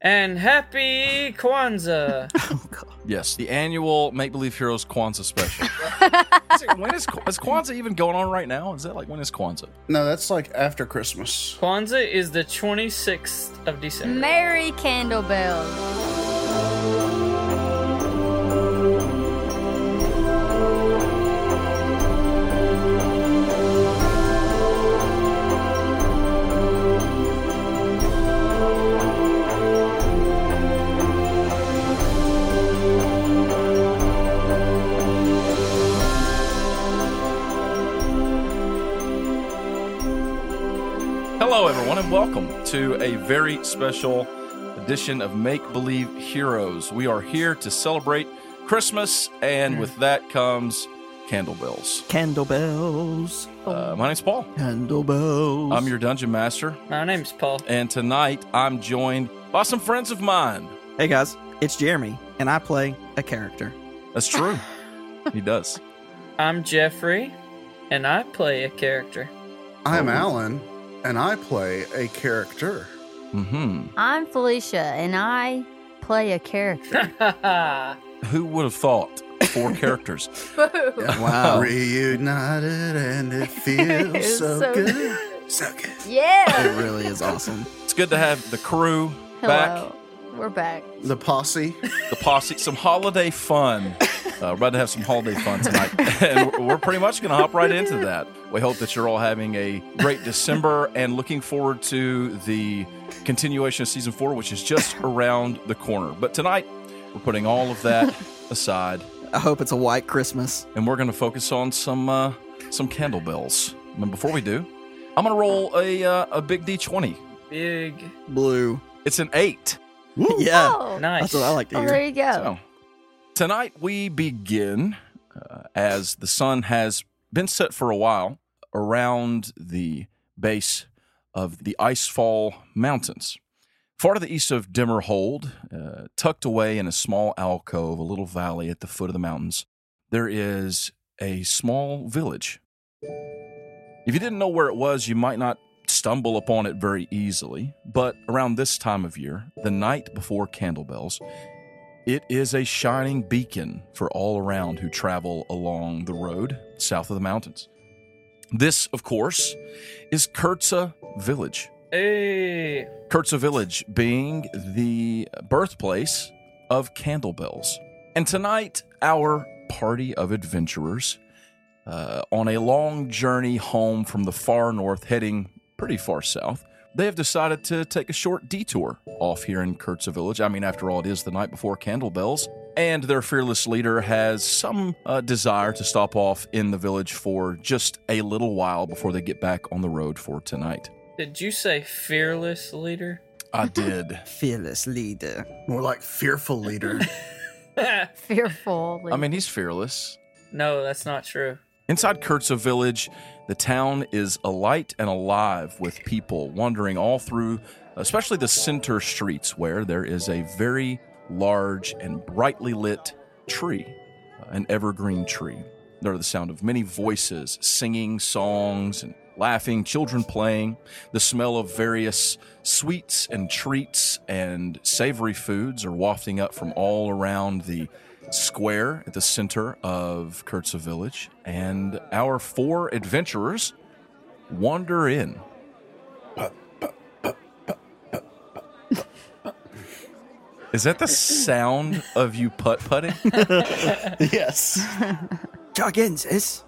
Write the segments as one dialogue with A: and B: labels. A: And happy Kwanzaa.
B: Yes, the annual Make Believe Heroes Kwanzaa special. is it, when is, Kwa- is Kwanzaa even going on right now? Is that like when is Kwanzaa?
C: No, that's like after Christmas.
A: Kwanzaa is the 26th of December.
D: Merry candle bells.
B: Hello, everyone, and welcome to a very special edition of Make Believe Heroes. We are here to celebrate Christmas, and with that comes candle bells.
E: Candle bells.
B: Uh, my name's Paul.
E: Candle bells.
B: I'm your dungeon master,
A: My name's Paul.
B: and tonight I'm joined by some friends of mine.
E: Hey guys, it's Jeremy, and I play a character.
B: That's true. he does.
A: I'm Jeffrey, and I play a character.
E: Oh.
C: I'm Alan, and I play a character.
B: hmm
D: I'm Felicia, and I play a character.
B: Who would have thought? Four characters.
E: Oh. Wow.
C: Reunited, and it feels
D: It's
C: so,
D: so
C: good. So good.
D: yeah.
E: It really is awesome.
B: It's good to have the crew back.
D: Hello. We're back.
C: The posse.
B: the posse, some holiday fun. Uh, we're about to have some holiday fun tonight, and we're, we're pretty much going to hop right into that. We hope that you're all having a great December and looking forward to the continuation of season four, which is just around the corner. But tonight, we're putting all of that aside,
E: I hope it's a white Christmas.
B: and we're going to focus on some uh, some candle bells. And before we do, I'm going to roll a uh, a big D20.
A: Big.
E: Blue.
B: It's an eight.
E: yeah.
D: Oh,
A: Nice.
E: That's what I like to
D: oh
E: hear.
D: there you go.
B: So, tonight we begin uh, as the sun has been set for a while around the base of the Icefall Mountains. Far to the east of Dimmerhold, uh, tucked away in a small alcove, a little valley at the foot of the mountains, there is a small village. If you didn't know where it was, you might not stumble upon it very easily, but around this time of year, the night before Candlebells, it is a shining beacon for all around who travel along the road south of the mountains. This, of course, is Kurtza Village.
A: Hey.
B: Kurtza Village being the birthplace of Candlebells. And tonight, our party of adventurers uh, on a long journey home from the far north, heading pretty far south, they have decided to take a short detour off here in Kurtza Village. I mean, after all, it is the night before Candlebells. And their fearless leader has some uh, desire to stop off in the village for just a little while before they get back on the road for tonight.
A: Did you say fearless leader?
B: I did.
E: Fearless leader.
C: More like fearful leader.
D: Fearful.
B: I mean, he's fearless.
A: no, that's not true.
B: Inside Kurtza Village, the town is alight and alive with people wandering all through, especially the center streets, where there is a very large and brightly lit tree, an evergreen tree. There are the sound of many voices singing songs and laughing, children playing, the smell of various sweets and treats and savory foods are wafting up from all around the square at the center of Kurtza Village, and our four adventurers wander in. Is that the sound of you putt putting?
C: yes.
E: Juggins is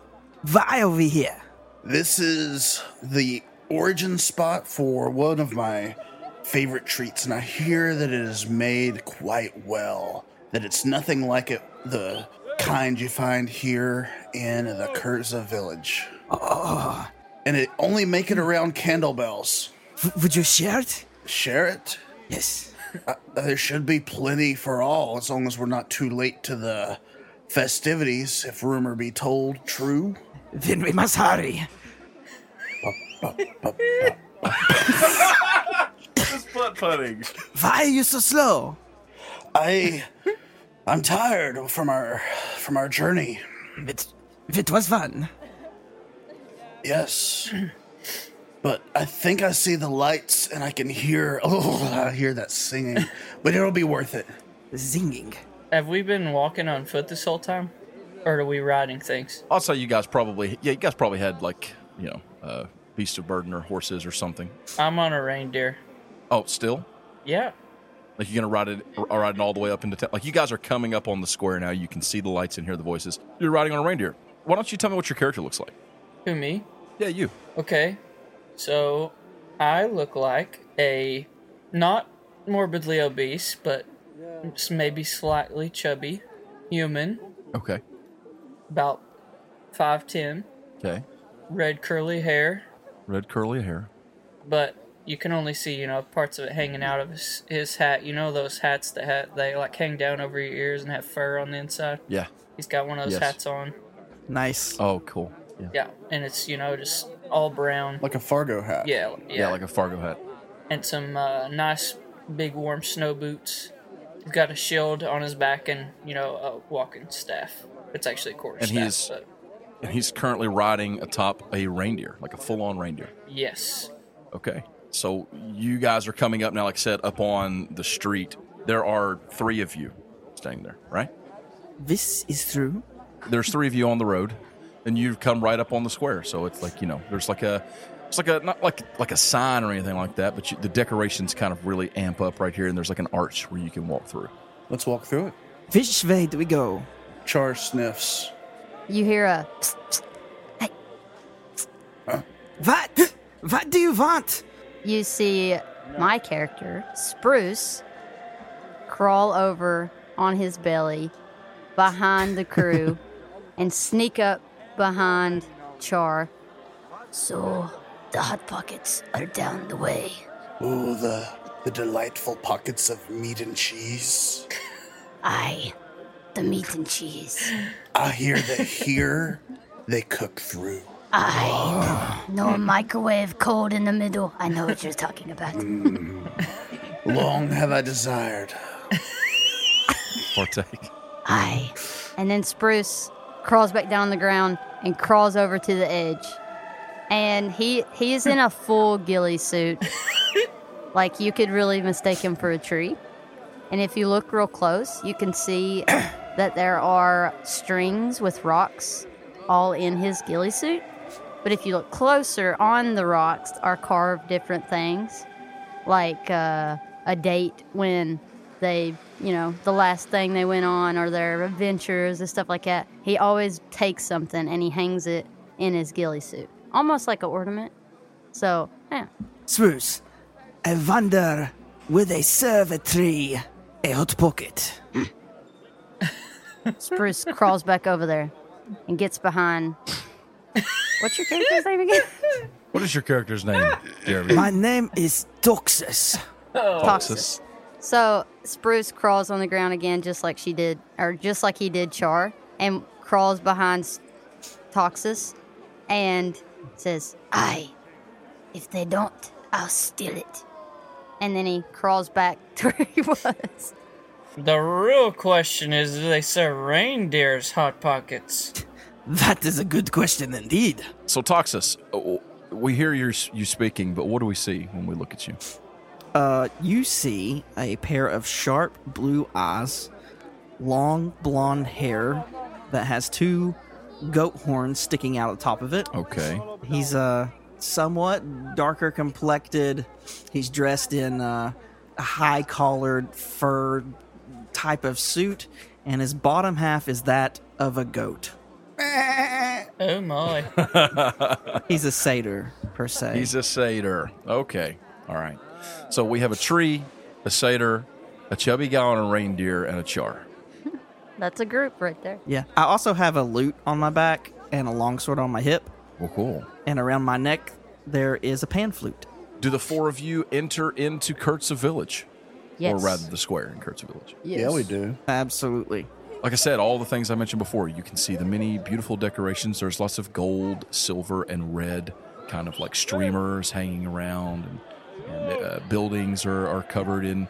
E: Vi over here.
C: This is the origin spot for one of my favorite treats, and I hear that it is made quite well. That it's nothing like it, the kind you find here in the Kurza village.
E: Oh,
C: And it only make it around candlebells.
E: w- would you share it?
C: Share it.
E: Yes.
C: Uh, there should be plenty for all, as long as we're not too late to the festivities, if rumor be told true.
E: Then we must hurry.
B: It's putt putting.
E: Why are you so slow?
C: I I'm tired from our from our journey.
E: It, it was fun.
C: Yes. But I think I see the lights and I can hear, oh, I hear that singing. but it'll be worth it.
E: Zinging.
A: Have we been walking on foot this whole time? Or are we riding things?
B: Also, you guys probably, yeah, you guys probably had like, you know, uh, beast of burden or horses or something.
A: I'm on a reindeer.
B: Oh, still?
A: Yeah.
B: Like you're gonna ride it, r- ride it all the way up into town. Like you guys are coming up on the square now. You can see the lights and hear the voices. You're riding on a reindeer. Why don't you tell me what your character looks like?
A: Who, me?
B: Yeah, you.
A: Okay. So I look like a not morbidly obese, but s- maybe slightly chubby human,
B: Okay.
A: about 5'10,
B: Okay.
A: red curly hair,
B: Red curly hair.
A: but you can only see, you know, parts of it hanging out of his, his hat. You know those hats that ha- they like hang down over your ears and have fur on the inside?
B: Yeah.
A: He's got one of those
B: Yes.
A: hats on.
E: Nice.
B: Oh, cool. Yeah.
A: Yeah, and it's, you know, just all brown.
C: Like a Fargo hat.
A: Yeah, yeah.
B: Yeah, like a Fargo hat.
A: and some uh, nice big warm snow boots. He's got a shield on his back and you know a walking staff. It's actually a quarter
B: And
A: staff.
B: he's-
A: but
B: And he's currently riding atop a reindeer, like a full on reindeer.
A: yes,
B: Okay. So you guys are coming up now, like I said, up on the street. There are three of you staying there, right?
E: This is true.
B: There's three of you on the road, and you come right up on the square. So it's like you know, there's like a, it's like a not like like a sign or anything like that, but you, the decorations kind of really amp up right here, and there's like an arch where you can walk through.
C: Let's walk through it.
E: Which way do we go?
C: Char sniffs.
D: You hear a. psst, psst.
E: What? What do you want?
D: You see my character, Spruce, crawl over on his belly behind the crew and sneak up behind Char. So, the hot pockets are down the way.
C: Ooh, the, the delightful pockets of meat and cheese.
D: I, the meat and cheese.
C: I hear that here they cook through.
D: I, no microwave cold in the middle. I know what you're talking about.
C: Long have I desired.
B: Partake.
D: I. And then Spruce crawls back down on the ground and crawls over to the edge. And he he is in a full ghillie suit. like you could really mistake him for a tree. And if you look real close, you can see that there are strings with rocks all in his ghillie suit. But if you look closer, on the rocks are carved different things like uh, a date when they, you know, the last thing they went on or their adventures and stuff like that. He always takes something and he hangs it in his ghillie suit, almost like an ornament. So, yeah.
E: Spruce. I wonder, will they serve a tree a hot pocket?
D: Spruce crawls back over there and gets behind. What's your character's name again?
B: What is your character's name, Jeremy?
E: My name is Toxus.
D: Toxus. So Spruce crawls on the ground again, just like she did, or just like he did Char, and crawls behind S- Toxus and says, I, if they don't, I'll steal it. And then he crawls back to where he was.
A: the real question is, do they serve reindeers hot pockets?
E: That is a good question indeed.
B: So Toxus, uh, we hear you you speaking, but what do we see when we look at you?
E: Uh, you see a pair of sharp blue eyes, long blonde hair that has two goat horns sticking out of the top of it.
B: Okay.
E: He's uh, somewhat darker complected. He's dressed in uh, a high collared fur type of suit, and his bottom half is that of a goat.
A: Oh my!
E: He's a satyr, per se.
B: He's a satyr. Okay. All right. So we have a tree, a satyr, a chubby guy on a reindeer, and a char.
D: That's a group right there.
E: yeah. I also have a lute on my back and a longsword on my hip.
B: Well, cool.
E: and around my neck there is a pan flute.
B: Do the four of you enter into Kurtza Village?
D: Yes.
B: Or rather, the square in Kurtza Village.
C: Yeah, we do.
E: Absolutely.
B: Like I said, all the things I mentioned before, you can see the many beautiful decorations. There's lots of gold, silver, and red kind of like streamers hanging around, and, and uh, buildings are, are covered in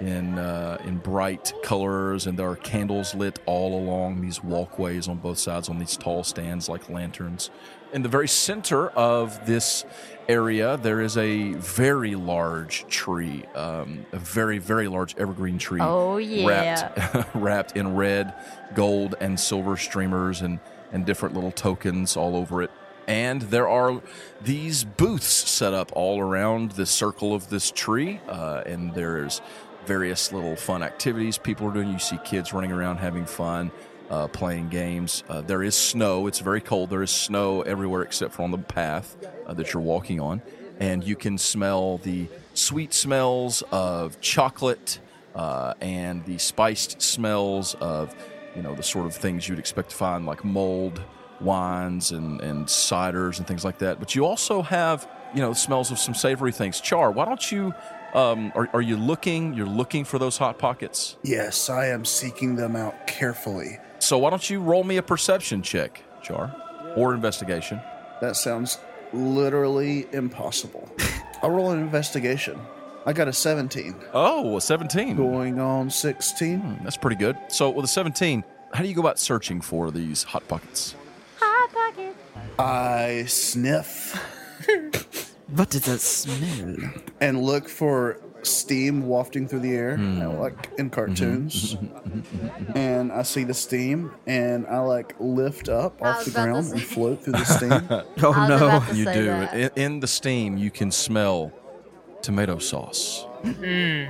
B: in uh, in bright colors, and there are candles lit all along these walkways on both sides on these tall stands like lanterns. In the very center of this area, there is a very large tree, um, a very very large evergreen tree.
D: Oh, yeah.
B: wrapped wrapped in red, gold, and silver streamers and and different little tokens all over it. And there are these booths set up all around the circle of this tree, uh, and there's various little fun activities people are doing. You see kids running around having fun, uh, playing games. Uh, there is snow; it's very cold. There is snow everywhere except for on the path uh, that you're walking on, and you can smell the sweet smells of chocolate uh, and the spiced smells of you know the sort of things you'd expect to find like mold wines and, and ciders and things like that but you also have you know smells of some savory things char why don't you um, are, are you looking you're looking for those hot pockets
C: Yes, I am seeking them out carefully.
B: so why don't you roll me a perception check char or investigation
C: That sounds literally impossible. I'll roll an investigation. I got a 17.
B: oh a 17
C: Going on 16.
B: that's pretty good so with a 17 how do you go about searching for these hot pockets
D: Hot pocket.
C: I sniff
E: What does that smell?
C: and look for steam wafting through the air, you know, like in cartoons. and I see the steam, and I like lift up
D: I
C: off
D: was
C: the
D: about to
C: ground
D: say.
C: and float through the steam.
E: Oh
D: I was
E: no.
D: about to
B: You
D: say
B: do.
D: that.
B: In, in the steam, you can smell tomato sauce.
D: Hmm.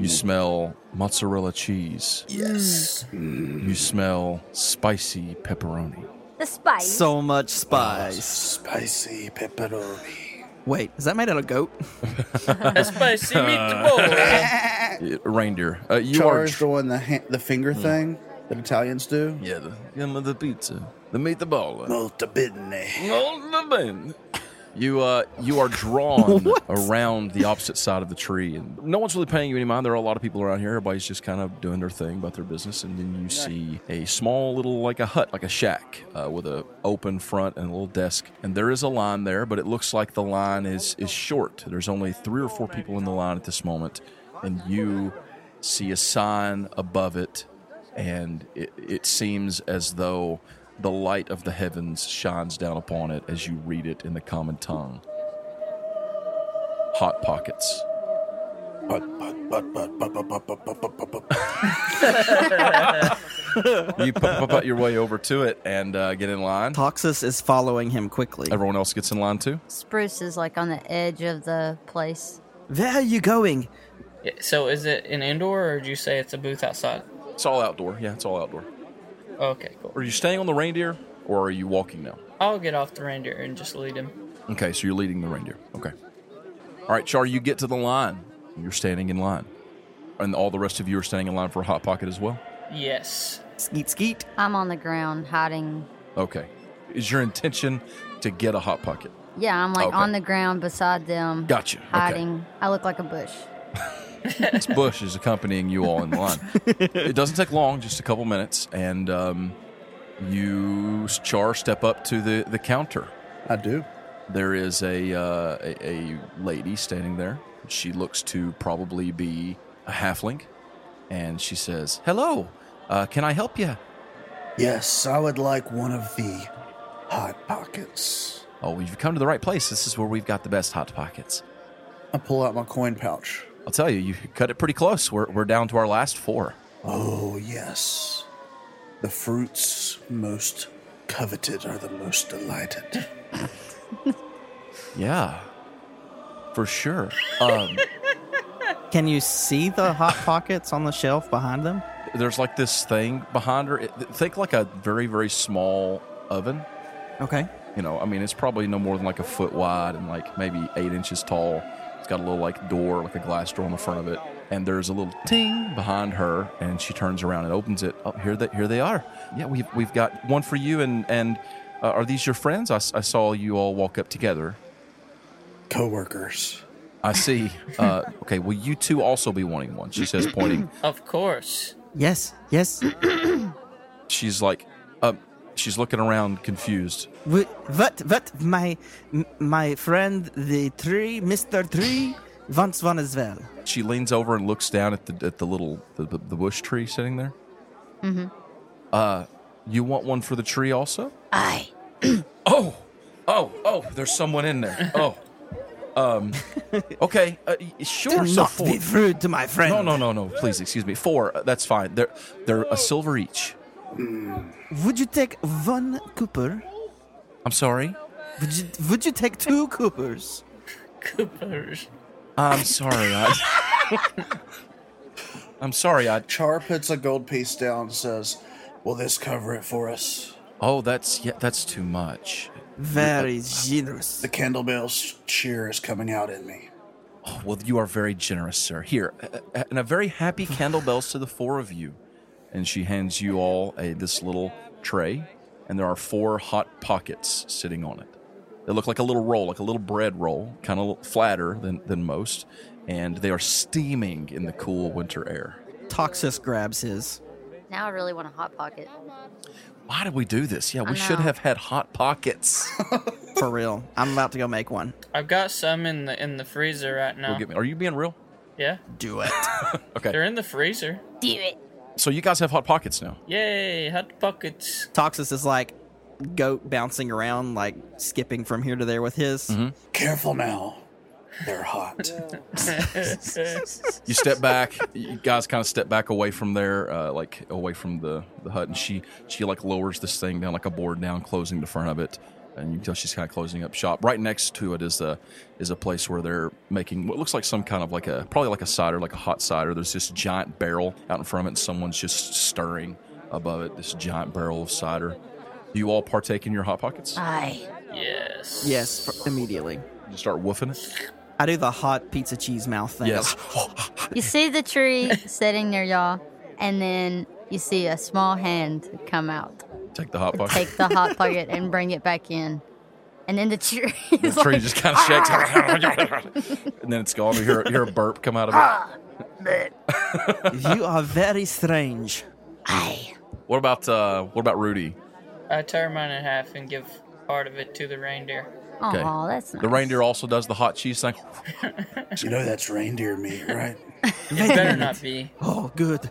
B: You smell mozzarella cheese. Hmm.
C: yes.
B: You smell spicy pepperoni.
D: The spice.
E: So much spice.
C: Spicy pepperoni.
E: Wait, is that made out of goat?
A: A spicy meatball.
B: Uh, reindeer. Uh, you
C: Char
B: are.
C: is doing the, ha- the finger thing that Italians do.
B: yeah, the, yeah, the pizza. The meatball.
C: Multibidine.
B: You uh, you are drawn around the opposite side of the tree, and no one's really paying you any mind. There are a lot of people around here. Everybody's just kind of doing their thing about their business, and then you see a small little like a hut, like a shack, uh, with a open front and a little desk. And there is a line there, but it looks like the line is is short. There's only three or four people in the line at this moment, and you see a sign above it and it, it seems as though the light of the heavens shines down upon it as you read it in the common tongue. Hot pockets. You pop out your way over to it and uh, get in line.
E: Toxus is following him quickly.
B: Everyone else gets in line too.
D: Spruce is like on the edge of the place.
E: Where are you going?
A: Yeah, so is it an indoor or do you say it's a booth outside?
B: It's all outdoor. Yeah, it's all outdoor.
A: Okay, cool.
B: Are you staying on the reindeer or are you walking now?
A: I'll get off the reindeer and just lead him.
B: Okay, so you're leading the reindeer. Okay. All right, Char, you get to the line. You're standing in line. And all the rest of you are standing in line for a Hot Pocket as well?
A: Yes.
E: Skeet skeet.
D: I'm on the ground hiding.
B: Okay. Is your intention to get a Hot Pocket?
D: Yeah, I'm like
B: Okay.
D: on the ground beside them.
B: Gotcha. Okay.
D: Hiding. I look like a bush.
B: It's Bush is accompanying you all in line. it doesn't take long, just a couple minutes. And um, you, Char, step up to the, the counter.
C: I do.
B: There is a, uh, a, a lady standing there. She looks to probably be a halfling. And she says, Hello, uh, can I help you?
C: Yes, I would like one of the hot pockets.
B: Oh, well, you've come to the right place. This is where we've got the best hot pockets.
C: I pull out my coin pouch.
B: I'll tell you, you cut it pretty close. We're, we're down to our last four.
C: Oh, yes. The fruits most coveted are the most delighted.
B: Yeah, for sure. Um,
E: Can you see the hot pockets on the shelf behind them?
B: there's like this thing behind her. It, think like a very, very small oven.
E: Okay.
B: You know, I mean, it's probably no more than like a foot wide and like maybe eight inches tall. It's got a little like door, like a glass door on the front of it. And there's a little ting behind her, and she turns around and opens it. Oh, here they here they are. Yeah, we've we've got one for you, and and uh, are these your friends? I, s- I saw you all walk up together.
C: Coworkers.
B: I see. Uh, okay, well, you two also be wanting one. She says, pointing.
A: Of course.
E: Yes. Yes.
B: She's like, uh, she's looking around, confused.
E: Wh- what? What? My m- my friend, the tree, Mister Tree, Once one is well.
B: She leans over and looks down at the at the little the, the the bush tree sitting there. Mm-hmm. Uh, you want one for the tree also?
D: Aye.
B: Oh, oh, oh! There's someone in there. Oh, um, okay, uh, y- sure.
E: Do
B: So
E: not
B: four.
E: be rude to my friend.
B: No, no, no, no! Please, excuse me. Four. uh, that's fine. They're they're a silver each.
E: Would you take one Cooper?
B: I'm sorry.
E: Would you, would you take two Coopers?
A: Coopers.
B: I'm sorry. I, I'm sorry. I.
C: Char puts a gold piece down and says, Will this cover it for us?
B: Oh, that's yeah. That's too much.
E: Very generous.
C: The Candlebell's cheer is coming out in me.
B: Oh, well, you are very generous, sir. Here, a- a- and a very happy candlebells to the four of you. And she hands you all a this little tray, and there are four hot pockets sitting on it. They look like a little roll, like a little bread roll, kind of flatter than, than most, and they are steaming in the cool winter air.
E: Toxus grabs his.
D: Now I really want a hot pocket.
B: Why did we do this? Yeah, we
D: I
B: should
D: know.
B: have had hot pockets.
E: For real. I'm about to go make one.
A: I've got some in the in the freezer right now.
B: Go get me- Are you being real?
A: yeah,
E: Do it.
A: they're
B: Okay.
A: in the freezer.
D: Do it.
B: So you guys have hot pockets now.
A: Yay, hot pockets.
E: Toxus is like goat bouncing around, like skipping from here to there with his.
C: Careful now. They're hot.
B: you step back you guys kind of step back away from there uh, like away from the, the hut and she she like lowers this thing down like a board down closing the front of it and you can tell she's kind of closing up shop right next to it is a is a place where they're making what looks like some kind of like a probably like a cider like a hot cider there's this giant barrel out in front of it and someone's just stirring above it this giant barrel of cider do you all partake in your hot pockets
D: Uh, Aye.
A: Yes.
E: Yes, for, immediately.
B: you start woofing it
E: I do the hot pizza cheese mouth thing.
B: yes
D: You see the tree sitting near y'all, and then you see a small hand come out,
B: take the hot pocket
D: take the hot pocket, and bring it back in. And then the tree is
B: the tree
D: like,
B: just kind of shakes, and then it's gone. You hear, you hear a burp come out of it.
E: you are very strange.
D: aye.
B: What about uh, what about Rudy?
A: I tear mine in half and give part of it to the reindeer.
B: Okay.
D: Oh, that's nice.
B: The reindeer also does the hot cheese thing.
C: you know that's reindeer meat, right?
A: It better not be.
E: Oh, good.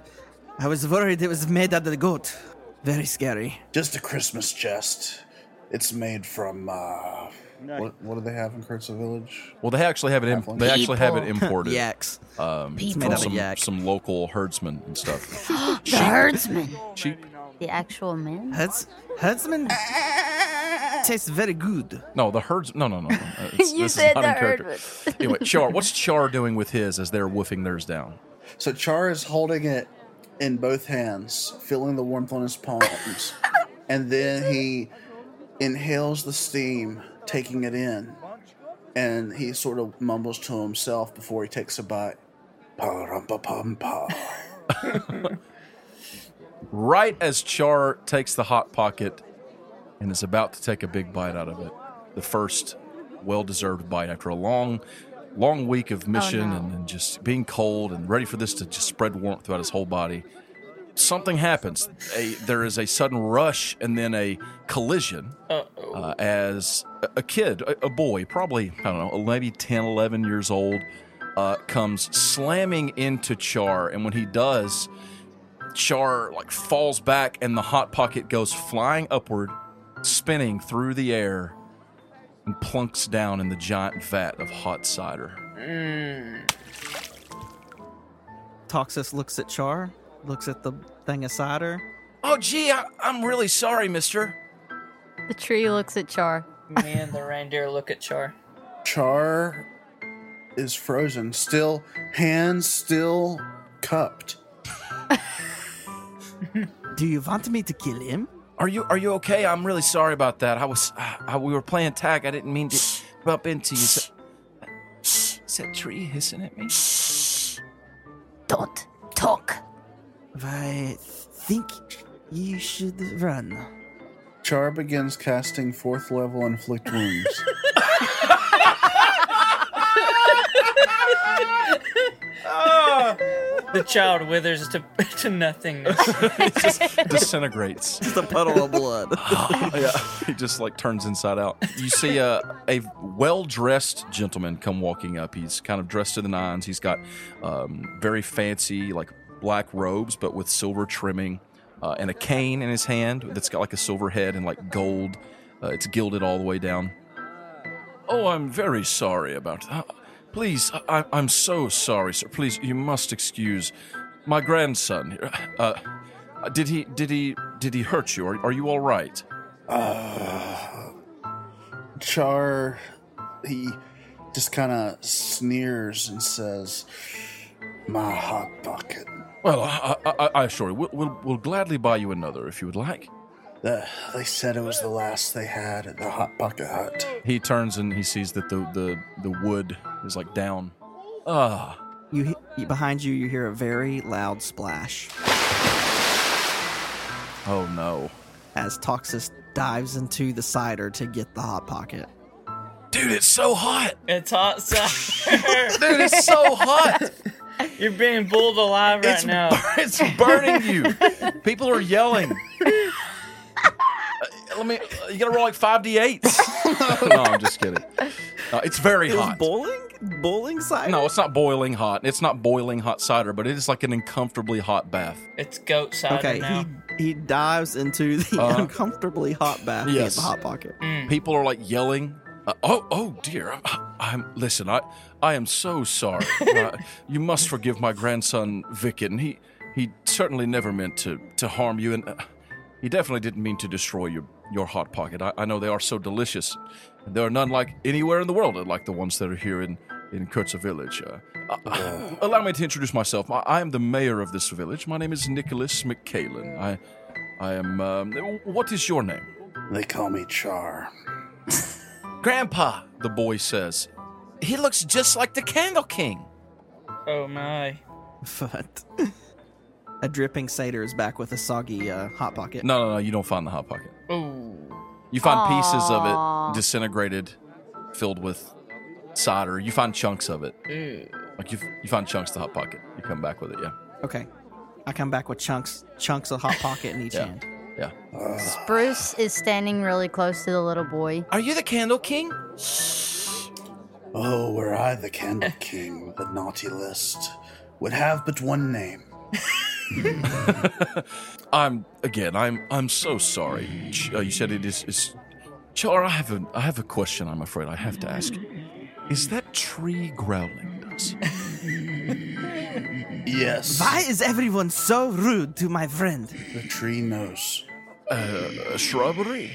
E: I was worried it was made out of the goat. Very scary.
C: Just a Christmas jest. It's made from, uh, what, what do they have in Kurtz's Village?
B: Well, they actually have it. Im- they actually have it
D: People.
B: imported
E: Yaks.
D: people.
E: made
B: from
E: out of
B: some,
E: yak.
B: some local herdsmen and stuff.
D: the herdsman.
B: Sheep?
D: The actual man.
E: Herds, herdsman tastes very good.
B: No, the herds. No, no, no. no. Uh, it's-
D: You
B: this
D: said
B: is not
D: the
B: in character.
D: herdsman.
B: anyway, Char, what's Char doing with his as they're woofing theirs down?
C: So Char is holding it in both hands, feeling the warmth on his palms, and then he inhales the steam, taking it in, and he sort of mumbles to himself before he takes a bite. Pa-rum-pa-pum-pa.
B: Right as Char takes the hot pocket and is about to take a big bite out of it, the first well deserved bite after a long, long week of mission
D: no.
B: and, and just being cold and ready for this to just spread warmth throughout his whole body. Something happens. A, there is a sudden rush and then a collision
A: Uh-oh.
B: uh, as a- a kid, a, a boy, probably, I don't know, maybe 10, 11 years old, uh, comes slamming into Char. And when he does, Char like falls back and the Hot Pocket goes flying upward, spinning through the air, and plunks down in the giant vat of hot cider.
E: Toxus looks at Char, looks at the thing of cider.
B: Oh, gee, I, I'm really sorry, mister.
D: The tree looks at Char.
A: Me and the reindeer look at Char.
C: Char is frozen, still hands still cupped.
E: Do you want me to kill him?
B: Are you are you okay? I'm really sorry about that. I was uh, we were playing tag. I didn't mean to bump into you. Is that- is that tree hissing at me?
D: Don't talk.
E: I think you should run.
C: Char begins casting fourth level inflict wounds.
A: the child withers to, to nothingness.
B: disintegrates.
E: It's a puddle of blood.
B: yeah. He just like turns inside out. You see uh, a well dressed gentleman come walking up. He's kind of dressed to the nines. He's got um, very fancy, like black robes, but with silver trimming, uh, and a cane in his hand that's got like a silver head and like gold. Uh, it's gilded all the way down. Oh, I'm very sorry about that. Please, I, I'm so sorry, sir. Please, you must excuse my grandson. Uh, did he? Did he? Did he hurt you? Are, are you all right?
C: Uh, Char, he just kind of sneers and says, "My hot bucket."
B: Well, I, I, I- I assure you, we'll, we'll, we'll gladly buy you another if you would like.
C: The, they said it was the last they had at the hot bucket hut.
B: He turns and he sees that the the, the wood is like down. Ah,
E: You he- you- behind you, you hear a very loud splash
B: oh no,
E: as Toxus dives into the cider to get the hot pocket.
B: dude, it's so hot,
A: It's hot summer.
B: dude, it's so hot.
A: You're being bulled alive right
B: it's,
A: now.
B: it's burning you. People are yelling. Uh, Let me. uh, You gotta roll like five d eights. No, I'm just kidding. Uh, it's very hot.
E: bowling? Bowling cider?
B: No, it's not boiling hot. It's not boiling hot cider, but it is like an uncomfortably hot bath.
A: It's goat cider
E: Okay,
A: now.
E: he he dives into the
B: Uh,
E: uncomfortably hot bath
B: yes.
E: yes. the hot pocket.
B: People are like yelling. Uh, oh, oh dear! I, I'm listen. I, I am so sorry. Uh, you must forgive my grandson Vicken. He, he certainly never meant to to harm you, and uh, he definitely didn't mean to destroy your your hot pocket. I, I know they are so delicious. There are none like anywhere in the world, like the ones that are here in in Kurtza Village. Uh, uh, allow me to introduce myself. I, I am the mayor of this village. My name is Nicholas McCalin. I, I am. Um, what is your name?
C: They call me Char.
B: Grandpa, the boy says. He looks just like the Candle King.
A: Oh my.
E: But a dripping satyr is back with a soggy uh, hot pocket.
B: No, no, no, you don't find the Hot Pocket.
A: Ooh.
B: You find pieces of
D: Aw.
B: it disintegrated, filled with cider. You find chunks of it.
A: Ew.
B: Like you, you find chunks of the Hot Pocket. You come back with it, yeah.
E: Okay, I come back with chunks chunks of hot pocket in each
B: Yeah.
E: hand.
B: Yeah.
D: Spruce is standing really close to the little boy.
B: Are you the Candle King?
C: Oh, were I the Candle King, the naughty list would have but one name.
B: I'm again. I'm I'm so sorry. Ch- uh, you said it is. is Char, I have a I have a question. I'm afraid I have to ask. Is that tree growling at us?
C: Yes,
E: Why is everyone so rude to my friend?
C: the tree knows.
B: Uh, a shrubbery?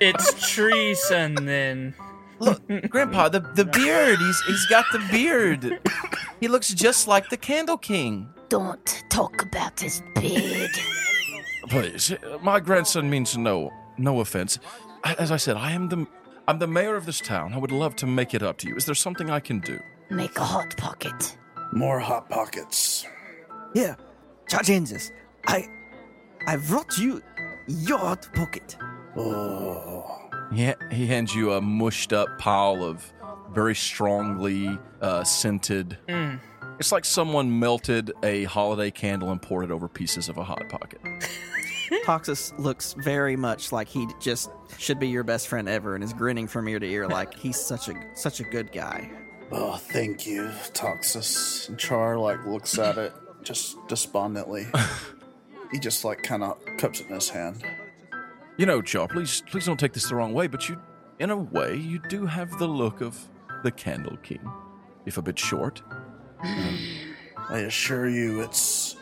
A: It's tree sun then.
B: Look, Grandpa, the, the beard. He's he's got the beard. He looks just like the Candle King.
D: Don't talk about his beard.
B: Please, my grandson means no no offense. I- As I said, I am the I'm the mayor of this town. I would love to make it up to you. Is there something I can do?
D: Make a hot pocket.
C: More hot pockets.
E: Here, Chargensis, I I brought you your hot pocket.
C: Oh,
B: Yeah, he hands you a mushed up pile of very strongly uh, scented. It's like someone melted a holiday candle and poured it over pieces of a hot pocket.
E: Toxus looks very much like he just should be your best friend ever, and is grinning from ear to ear like he's such a such a good guy.
C: oh, thank you, Toxus. And Char like looks at it just despondently. he just like kind of cups it in his hand.
B: You know, Char, please, please don't take this the wrong way, but you, in a way, you do have the look of the Candle King, if a bit short.
C: I assure you, it's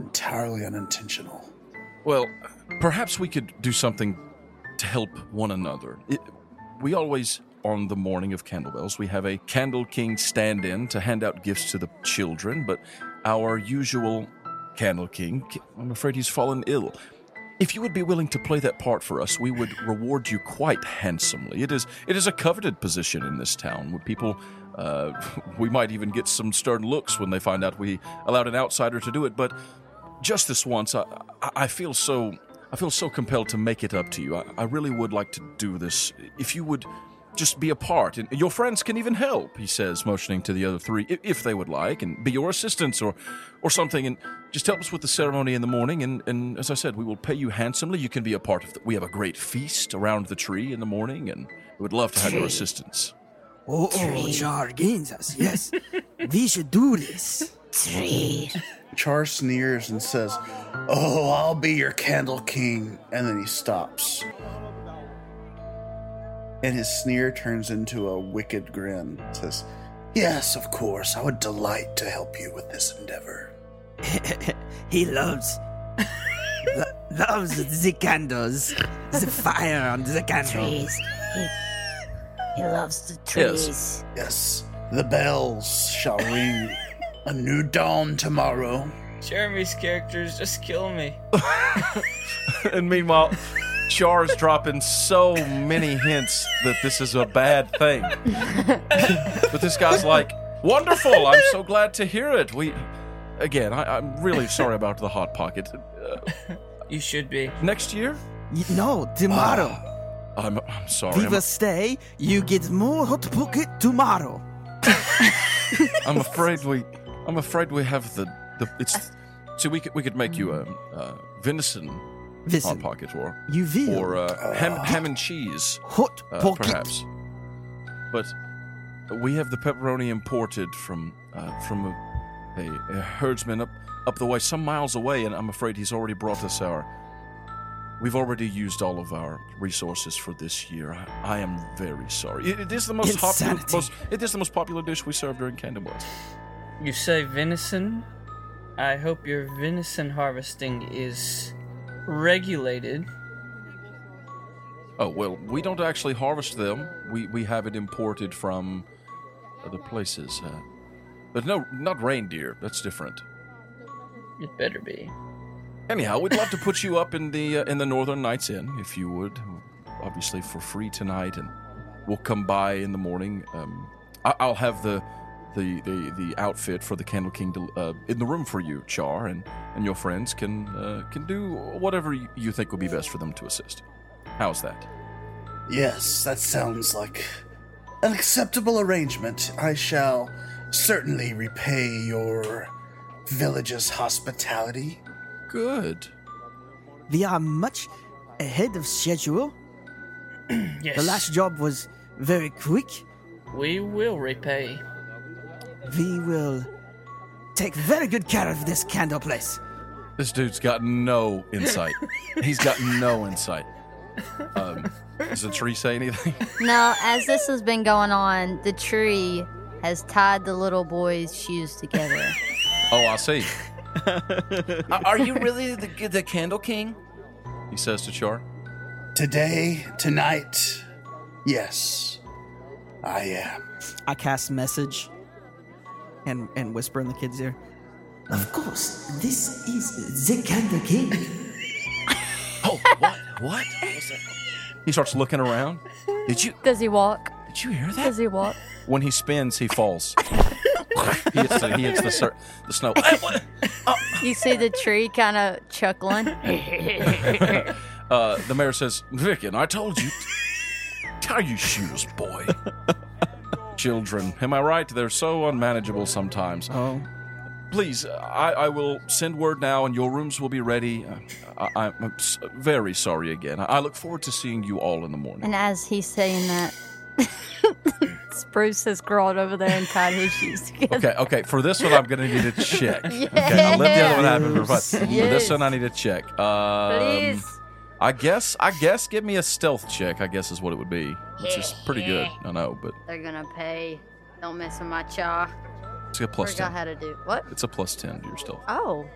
C: entirely unintentional.
B: Well, perhaps we could do something to help one another. It, we always, on the morning of Candlebells, we have a Candle King stand in to hand out gifts to the children, but our usual Candle King, I'm afraid he's fallen ill. If you would be willing to play that part for us, we would reward you quite handsomely. It is it is a coveted position in this town. Where people, uh, we might even get some stern looks when they find out we allowed an outsider to do it. But just this once, I, I I feel so I feel so compelled to make it up to you. I, I really would like to do this. If you would just be a part. And your friends can even help, he says, motioning to the other three, i- if they would like, and be your assistants or, or something. And just help us with the ceremony in the morning. And, and as I said, we will pay you handsomely. You can be a part of the We have a great feast around the tree in the morning, and we would love to have your assistance.
E: Oh, oh Jarginzas, yes. we should do this.
D: Three.
C: Char sneers and says, Oh, I'll be your candle king. And then he stops. And his sneer turns into a wicked grin. Says, Yes, of course, I would delight to help you with this endeavor.
E: He loves lo- loves the candles, the fire on the candles.
D: Trees. He, he loves the
B: Yes.
D: trees.
C: Yes, the bells shall ring a new dawn tomorrow.
A: Jeremy's characters just kill me.
B: and meanwhile, Char's dropping so many hints that this is a bad thing. but this guy's like, wonderful! I'm so glad to hear it. We, again, I, I'm really sorry about the hot pocket. Uh,
A: You should be.
B: next year,
E: Y- No, tomorrow.
B: I'm, I'm sorry.
E: We
B: I'm,
E: will stay. You get more hot pocket tomorrow.
B: I'm afraid we, I'm afraid we have the the. It's see, we could we could make you a, uh venison hot
E: Listen,
B: pocket or
E: you will
B: or uh, ham ham and cheese.
E: hot
B: uh,
E: pocket.
B: perhaps. But we have the pepperoni imported from uh, from a, a, a herdsman up up the way, some miles away, and I'm afraid he's already brought us our. We've already used all of our resources for this year. I, I am very sorry. It- it is the most popular.
E: Insanity.
B: Most, it is the most popular dish we serve during Candlemas.
A: You say venison. I hope your venison harvesting is regulated.
B: Oh well, we don't actually harvest them. We we have it imported from other places. Uh, but no, not reindeer. That's different.
A: It better be.
B: Anyhow, we'd love to put you up in the uh, in the Northern Nights Inn if you would, obviously for free tonight, and we'll come by in the morning. Um, I- I'll have the the, the the outfit for the Candle King del- uh, in the room for you, Char, and and your friends can uh, can do whatever y- you think would be best for them to assist. How's that?
C: Yes, that sounds like an acceptable arrangement. I shall certainly repay your village's hospitality.
B: Good.
E: We are much ahead of schedule.
A: Yes.
E: The last job was very quick.
A: We will repay.
E: We will take very good care of this candle place.
B: This dude's got no insight. He's got no insight. Um, does the tree say anything?
D: No, as this has been going on, the tree has tied the little boy's shoes together.
B: Oh, I see. Are you really the, the Candle King? He says to Char.
C: Today, tonight, yes, I am.
E: I cast message and and whisper in the kid's ear. Of course, this is the candle king.
B: Oh, what? What? he starts looking around. Did you
D: Does he walk?
B: did you hear
D: Does
B: that?
D: he walk?
B: When he spins, he falls. he hits the, he hits the, cer- the snow. Hey, what?
D: You see the tree kind of chuckling.
B: Uh, the mayor says, Vicken, I told you. Tie your shoes, boy. Children, am I right? They're so unmanageable sometimes.
E: Oh,
B: Please, uh, I, I will send word now, and your rooms will be ready. Uh, I, I'm s- very sorry again. I look forward to seeing you all in the morning.
D: And as he's saying that, Spruce has crawled over there and tied his shoes together.
B: Okay, okay. For this one, I'm gonna need a check. Okay, I let the other one happen for fun. For this
D: Yes.
B: one, I need a check. Um,
D: Please.
B: I guess, I guess, give me a stealth check. I guess is what it would be, which is pretty good. I know, but
D: They're gonna pay. Don't mess with my cha.
B: it's a plus
D: Forgot
B: ten.
D: how to do what?
B: It's a plus ten to your stealth.
D: Oh,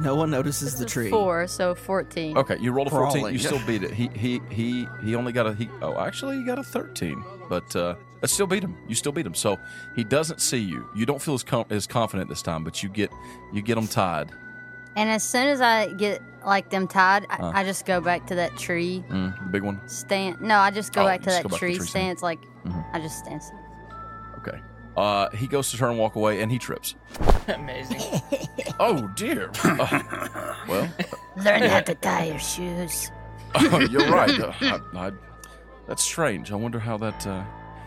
E: no one notices the
D: it's a
E: tree.
D: Four, so fourteen.
B: Okay, you rolled a fourteen.
E: Crawling.
B: You still beat it. He he he he only got a he. Oh, actually, he got a thirteen, but uh, I still beat him. You still beat him. So he doesn't see you. You don't feel as com- as confident this time, but you get you get him tied.
D: And as soon as I get like them tied, I, I just go back to that tree
B: Mm, the big one.
D: stand. No, I just go
B: Oh,
D: back
B: you
D: to
B: just go
D: that
B: back to
D: tree,
B: the tree stand. Mm-hmm.
D: stance. Like I just stand. still.
B: Okay. Uh, he goes to turn and walk away, and he trips.
A: Amazing.
B: Oh dear. Uh, well,
D: Learn how to tie your shoes.
B: you're right. Uh, I, I That's strange. I wonder how that. Uh...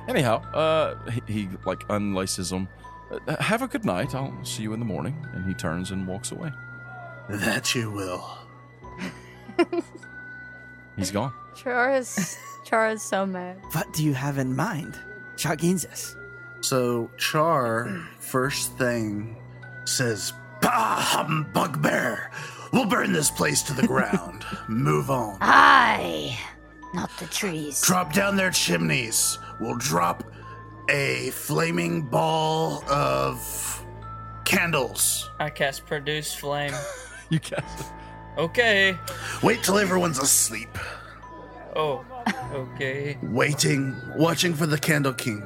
B: Anyhow, uh, he, he like unlaces them. Uh, have a good night. I'll see you in the morning. And he turns and walks away.
C: That you will.
B: He's gone.
D: Chara's Chara's so mad.
E: What do you have in mind, Chaginzas?
C: So Char, first thing, says, Bah, humbug bear! We'll burn this place to the ground. Move on.
D: Aye, not the trees.
C: Drop down their chimneys. We'll drop a flaming ball of candles.
A: I cast produce flame.
B: You cast it.
A: Okay.
C: Wait till everyone's asleep.
A: Oh. Okay.
C: Waiting, watching for the Candle King.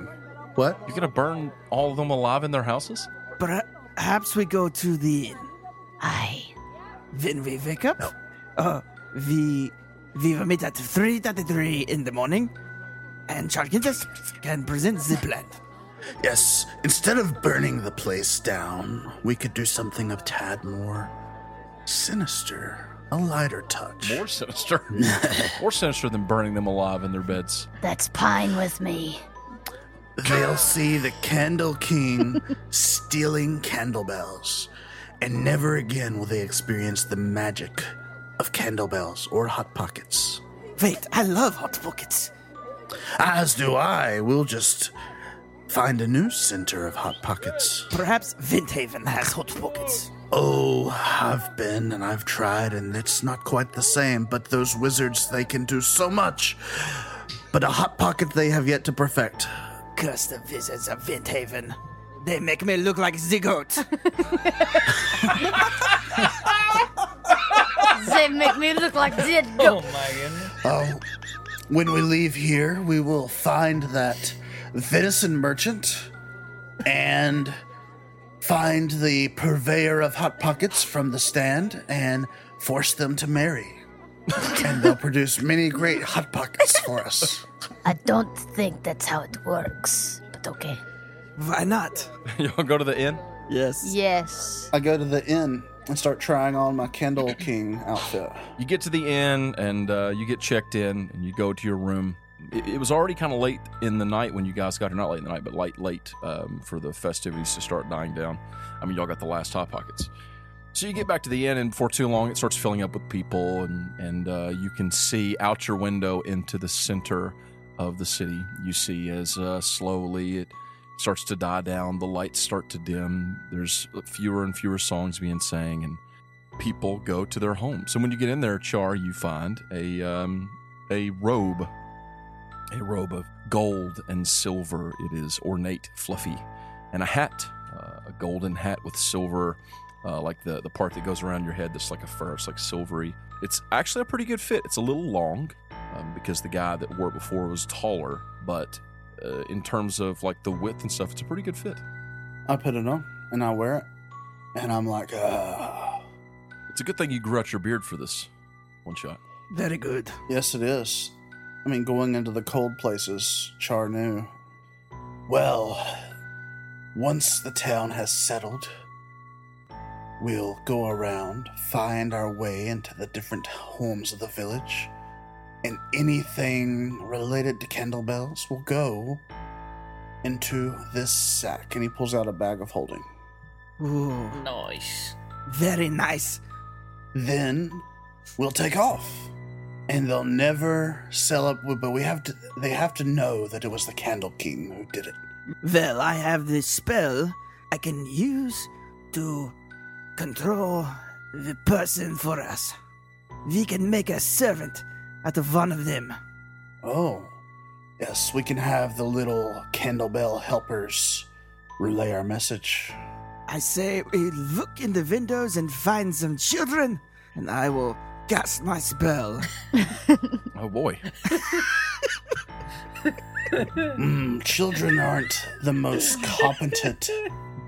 C: What?
B: You're gonna burn all of them alive in their houses?
E: Perhaps we go to the inn.
D: Aye.
E: When we wake up, uh, we we will meet at three thirty-three in the morning, and Charkintas can present the plan.
C: Yes, instead of burning the place down, we could do something a tad more sinister, a lighter touch.
B: More sinister. More sinister than burning them alive in their beds.
D: That's pine with me.
C: They'll see the Candle King stealing candlebells, and never again will they experience the magic of candlebells or hot pockets.
E: Wait, I love hot pockets.
C: As do I. We'll just find a new center of hot pockets.
E: Perhaps Windhaven has hot pockets.
C: Oh, I've been and I've tried, and it's not quite the same, but those wizards, they can do so much. But a hot pocket they have yet to perfect.
E: Curse the wizards of Windhaven. They make me look like the goat.
D: They make me look like dead
A: Oh
D: goat.
A: my goodness.
C: Oh, when we leave here, we will find that venison merchant and find the purveyor of hot pockets from the stand and force them to marry. and they'll produce many great hot pockets for us.
D: I don't think that's how it works, but okay.
E: Why not?
B: Y'all go to the inn?
E: Yes.
D: Yes.
C: I go to the inn and start trying on my Candle King outfit.
B: You get to the inn and uh, you get checked in and you go to your room. It, it was already kind of late in the night when you guys got here. Not late in the night, but late, late um, for the festivities to start dying down. I mean, y'all got the last Hot Pockets. So you get back to the inn, and for too long, it starts filling up with people, and, and uh, you can see out your window into the center of the city. You see as uh, slowly it starts to die down, the lights start to dim. There's fewer and fewer songs being sang, and people go to their homes. And when you get in there, Char, you find a um, a robe, a robe of gold and silver. It is ornate, fluffy, and a hat, uh, a golden hat with silver, uh, like the the part that goes around your head. That's like a fur. It's like silvery. It's actually a pretty good fit. It's a little long um, because the guy that wore it before was taller, but. Uh, in terms of like the width and stuff, it's a pretty good fit.
C: I put it on and I wear it. And I'm like, ah.
B: It's a good thing you grew out your beard for this one shot.
E: Very good.
C: Yes, it is. I mean, going into the cold places, Char knew. Well, once the town has settled, we'll go around, find our way into the different homes of the village, and anything related to candlebells will go into this sack. And he pulls out a bag of holding.
E: Ooh,
A: Nice.
E: very nice.
C: then we'll take off and they'll never sell up but we have to they have to know that it was the candle king who did it
E: Well, I have this spell I can use to control the person for us. We can make a servant out of one of them.
C: oh yes we can have the little candlebell helpers relay our message
E: I say we look in the windows and find some children, and I will cast my spell.
B: Oh boy.
C: mm, children aren't the most competent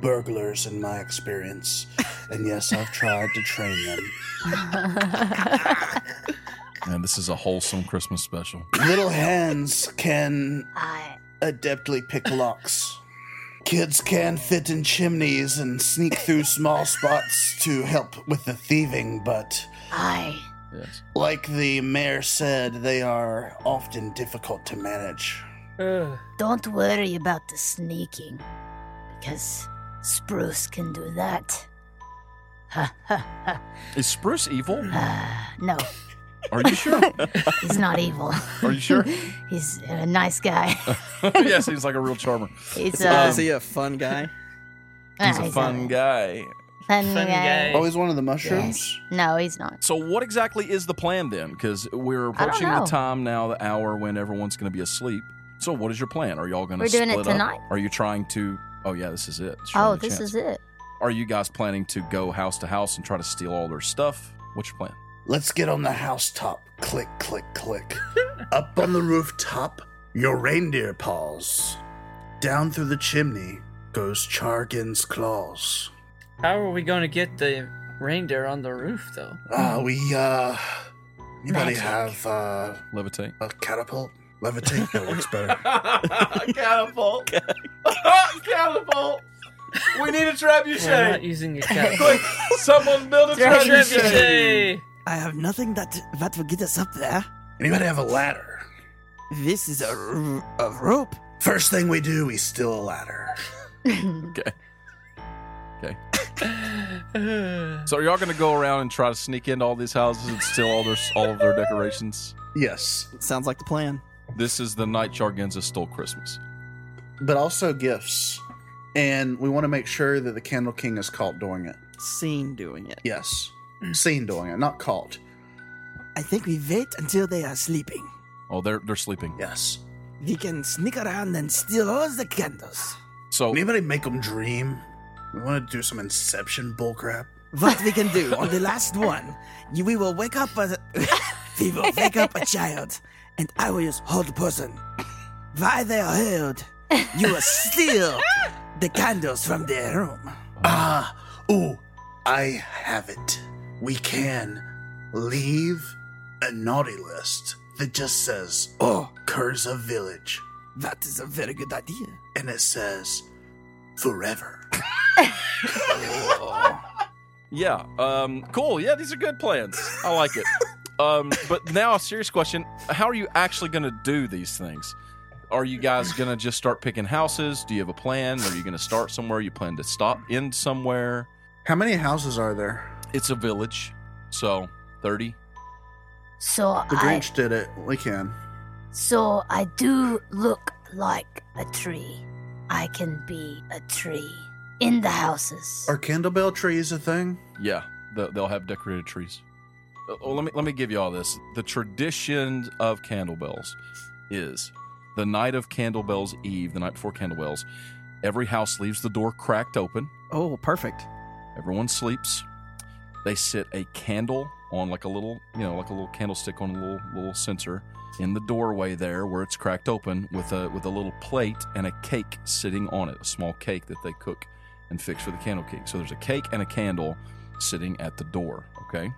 C: burglars in my experience and yes i've tried to train them
B: And this is a wholesome Christmas special.
C: little hands can
D: I
C: adeptly pick locks. Kids can fit in chimneys and sneak through small spots to help with the thieving, but
D: I
B: Yes.
C: Like the mayor said, they are often difficult to manage.
A: Ugh.
F: Don't worry about the sneaking, because Spruce can do that. Ha ha ha.
B: Is Spruce evil?
F: No,
B: Are you sure?
F: he's not evil.
B: Are you sure?
F: He's a nice guy.
B: yes, he's like a real charmer.
F: He's um, ah,
E: Uh,
F: a,
E: is he a fun guy?
B: He's a fun guy.
F: fun
A: Fun
F: guy.
A: guy.
C: Always one of the mushrooms.
F: No, he's not.
B: So, what exactly is the plan then? Because we're approaching the
F: know.
B: time now, the hour when everyone's going to be asleep. So, what is your plan? Are y'all going to
F: We're doing it
B: split up?
F: tonight?
B: Are you trying to? Oh yeah, this is it. It's your
F: Oh,
B: only
F: this
B: chance.
F: is it.
B: Are you guys planning to go house to house and try to steal all their stuff? What's your plan?
C: Let's get on the housetop. Click, click, click. Up on the rooftop, your reindeer paws. Down through the chimney goes Chargan's claws.
A: How are we going to get the reindeer on the roof, though?
C: Uh, we, uh. Anybody
F: Magic.
C: have, uh,
B: Levitate.
C: a catapult? Levitate? That works better.
G: Catapult. Catapult. We need a
A: We're not
G: trebuchet.
A: using a cat.
G: Quick, someone build a trebuchet.
A: Trebuchet!
E: I have nothing that that will get us up there.
C: Anybody have a ladder?
E: This is a, r- a rope.
C: First thing we do, we steal a ladder.
B: So, are y'all going to go around and try to sneak into all these houses and steal all their all of their decorations?
C: Yes,
E: Sounds like the plan.
B: This is the night Charganza stole Christmas.
C: but also gifts. And we want to make sure that the Candle King is caught doing it.
E: Seen doing it.
C: Yes. Seen doing it, not caught.
E: I think we wait until they are sleeping.
B: Oh, they're they're sleeping.
C: Yes.
E: We can sneak around and steal all the candles.
B: So,
C: Anybody make them dream? We want to do some Inception bullcrap.
E: What we can do on the last one, you, we will wake up a, we will wake up a child, and I will just hold the person. While they are held, you will steal the candles from their room.
C: Ah, ooh, I have it. We can leave a naughty list that just says, "Oh, Kurza Village,"
E: That is a very good idea.
C: and it says, "Forever."
B: Yeah. Um, cool. Yeah, these are good plans. I like it. Um, but now, a serious question: How are you actually going to do these things? Are you guys going to just start picking houses? Do you have a plan? Are you going to start somewhere? You plan to stop in somewhere?
C: How many houses are there?
B: It's a village, so thirty.
F: So
C: The
F: I,
C: Grinch did it. We can.
F: so I do look like a tree. I can be a tree in the houses.
C: Are candlebell trees a thing?
B: Yeah, the, they'll have decorated trees. Uh, well, let me let me give you all this. The tradition of candlebells is the night of candlebells eve, the night before candlebells. Every house leaves the door cracked open.
E: Oh, perfect.
B: Everyone sleeps. They sit a candle on like a little, you know, like a little candlestick on a little little sensor in the doorway there where it's cracked open with a with a little plate and a cake sitting on it, a small cake that they cook and fix for the candle king. So there's a cake and a candle sitting at the door, okay?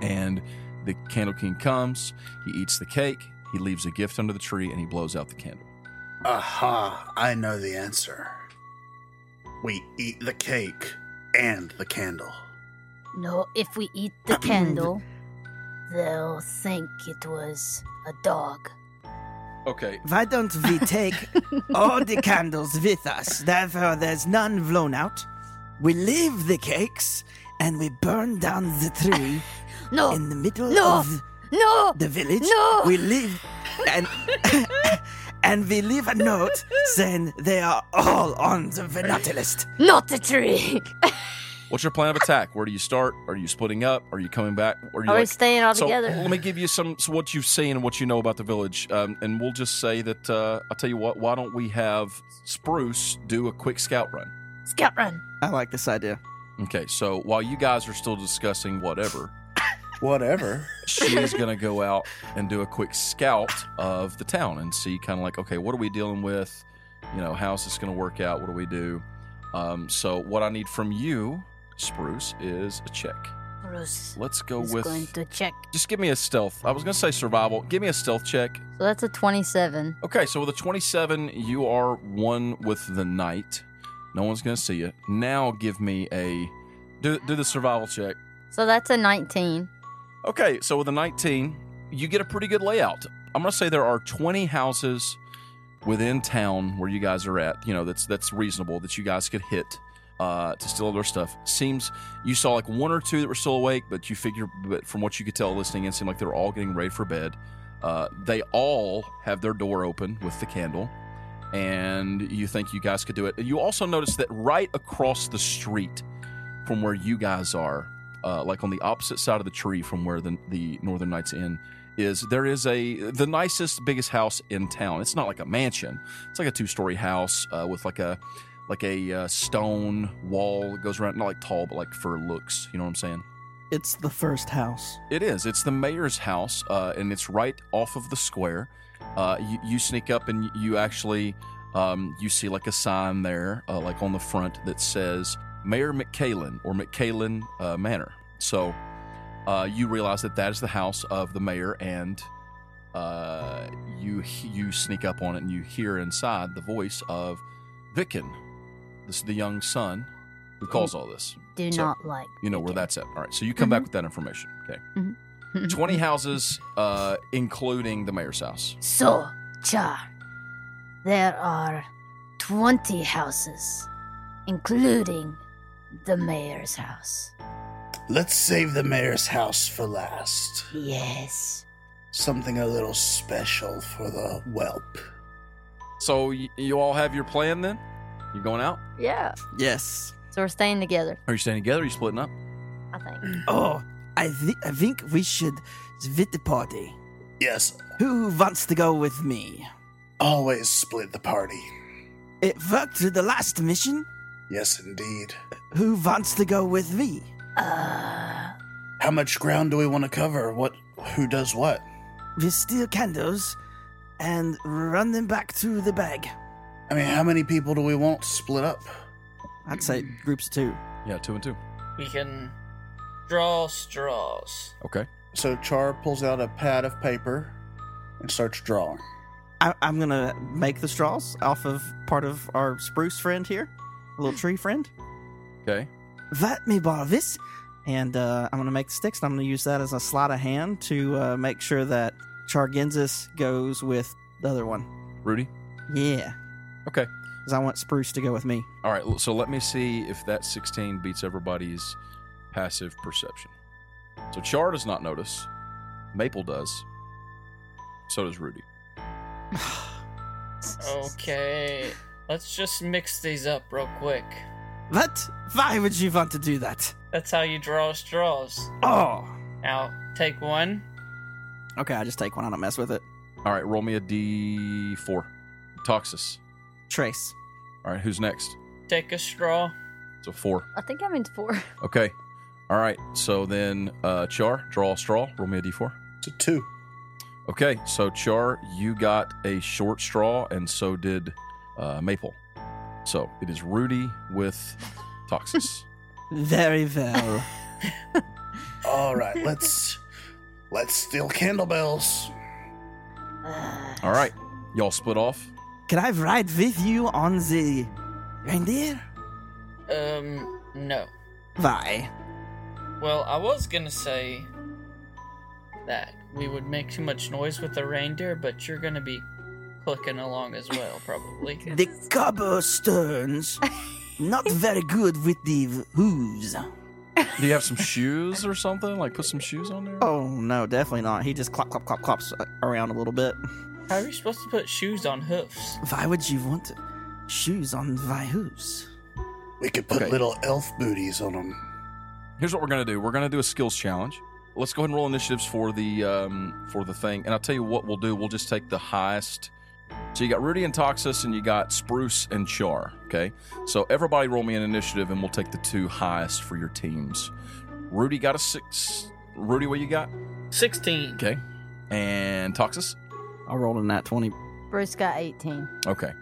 B: And the candle king comes, he eats the cake, he leaves a gift under the tree and he blows out the candle.
C: Aha! I know the answer. We eat the cake and the candle.
F: No, if we eat the candle, they'll think it was a dog.
B: Okay.
E: Why don't we take all the candles with us? Therefore, there's none blown out. We leave the cakes and we burn down the tree
F: No,
E: in the middle
F: No.
E: of
F: no,
E: the village.
F: No.
E: We leave and and we leave a note saying they are all on the Venati list.
F: not the tree.
B: What's your plan of attack? Where do you start? Are you splitting up? Are you coming back? Are you
D: Are we
B: like-
D: staying all
B: So
D: together?
B: let me give you some so what you've seen and what you know about the village, um, and we'll just say that uh, I'll tell you what. Why don't we have Spruce do a quick scout run?
F: Scout run.
E: I like this idea.
B: Okay, so while you guys are still discussing whatever,
C: Whatever.
B: she's gonna go out and do a quick scout of the town and see kind of like okay, what are we dealing with? You know, how's this gonna work out? What do we do? Um, so what I need from you, Spruce, is a check.
F: Bruce
B: Let's go
F: is
B: with.
F: going to check.
B: Just give me a stealth. I was gonna say survival. Give me a stealth check.
D: So that's a 27.
B: Okay, so with a 27, you are one with the night. No one's going to see you. Now give me a. Do, do the survival check.
D: So that's a 19.
B: Okay, so with a 19, you get a pretty good layout. I'm gonna say there are 20 houses within town where you guys are at. You know, that's that's reasonable that you guys could hit uh, to steal their stuff. Seems you saw like one or two that were still awake, but you figure, but from what you could tell listening, it seemed like they're all getting ready for bed. Uh, they all have their door open with the candle, and you think you guys could do it. And you also notice that right across the street from where you guys are, uh, like on the opposite side of the tree from where the, the Northern Knights Inn is, there is a the nicest, biggest house in town. It's not like a mansion; it's like a two-story house uh, with like a like a uh, stone wall that goes around, not like tall, but like for looks. You know what I'm saying?
E: It's the first house.
B: It is. It's the mayor's house, uh, and it's right off of the square. Uh, you, you sneak up, and you actually um, you see like a sign there, uh, like on the front that says Mayor McCalin or McCalin uh, Manor. So uh, you realize that that is the house of the mayor, and uh, you you sneak up on it, and you hear inside the voice of Vicken, this is the young son who calls all this.
F: Do
B: So-
F: not like.
B: You know where that's at. All right, so you come back with that information. Okay.
F: Mhm.
B: 20 houses, uh, including the mayor's house.
F: So, Char, there are 20 houses, including the mayor's house.
C: Let's save the mayor's house for last.
F: Yes.
C: Something a little special for the whelp.
B: So y- you all have your plan then? You going out?
D: Yeah.
E: Yes.
D: So we're staying together,
B: Are you staying together? Are you splitting up?
D: I think.
E: Oh, I, thi- I think we should split the party.
C: Yes,
E: Who wants to go with me?
C: always split the party.
E: It worked with the last mission.
C: Yes, indeed.
E: Who wants to go with me?
F: Uh,
C: How much ground do we want to cover? What? Who does what?
E: We steal candles and run them back to the bag.
C: I mean, how many people do we want split up?
E: I'd say groups of two.
B: Yeah, two and two.
A: We can draw straws.
B: Okay.
C: So Char pulls out a pad of paper and starts drawing.
E: I- I'm gonna make the straws off of part of our spruce friend here, little tree friend.
B: Okay.
E: Let me borrow this, and uh, I'm gonna make the sticks, and I'm gonna use that as a sleight of hand to uh, make sure that Chargensis goes with the other one.
B: Rudy?
E: Yeah,
B: Okay.
E: because I want spruce to go with me.
B: All right. l- So let me see if that 16 beats everybody's passive perception. So Char does not notice. Maple does. So does Rudy.
A: Okay. Let's just mix these up real quick.
E: What? Why would you want to do that?
A: That's how you draw straws.
E: Oh,
A: Now, take one.
E: okay. I just take one. I don't mess with it.
B: All right. Roll me a d4. Toxus.
E: Trace.
B: All right. Who's next?
A: Take a straw.
B: So four.
D: I think I'm in four.
B: Okay. All right. So then, uh, Char, draw a straw. Roll me a d4.
C: To two.
B: Okay, so Char, you got a short straw, and so did uh, Maple. So it is Rudy with Toxus.
E: Very well.
C: All right, let's let's steal candlebells.
F: uh,
B: All right, y'all split off.
E: Can I ride with you on the reindeer?
A: Um, no.
E: Why?
A: Well, I was gonna say that we would make too much noise with the reindeer, but you're gonna be clicking along as well, probably.
E: The cobblestones. Not very good with the hooves.
B: Do you have some shoes or something? Like put some shoes on there?
E: Oh no, definitely not. He just clop clop clop clops around a little bit.
A: How are you supposed to put shoes on hoofs?
E: Why would you want shoes on thy hooves?
C: We could put
B: Okay.
C: little elf booties on them.
B: Here's what we're gonna do. We're gonna do a skills challenge. Let's go ahead and roll initiatives for the um, for the thing. And I'll tell you what we'll do. We'll just take the highest. So you got Rudy and Toxus, and you got Spruce and Char. Okay. So everybody roll me an initiative, and we'll take the two highest for your teams. Rudy got a six. Rudy, what you got?
A: 16.
B: Okay. And Toxus.
E: I rolled a nat twenty.
D: Bruce got 18.
B: Okay.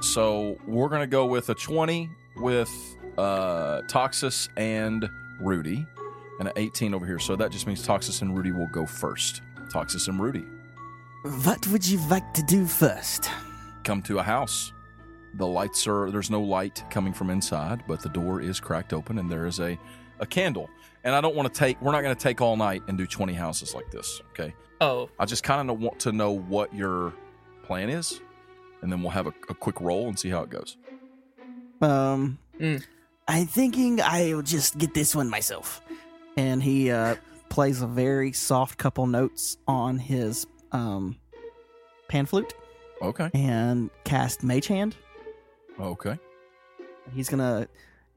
B: So we're gonna go with a twenty with uh, Toxus and Rudy, and an eighteen over here. So that just means Toxus and Rudy will go first. Toxus and Rudy
E: What would you like to do first?
B: come to a house. The lights are there's no light coming from inside, but the door is cracked open, and there is a a candle. And I don't want to take, we're not going to take all night and do 20 houses like this. Okay.
A: Oh,
B: I just kind of want to know what your plan is. And then we'll have a, a quick roll and see how it goes.
E: Um,
A: Mm.
E: I'm thinking I'll just get this one myself. And he uh, plays a very soft couple notes on his um, pan flute
B: Okay.
E: and cast Mage Hand.
B: Okay.
E: He's gonna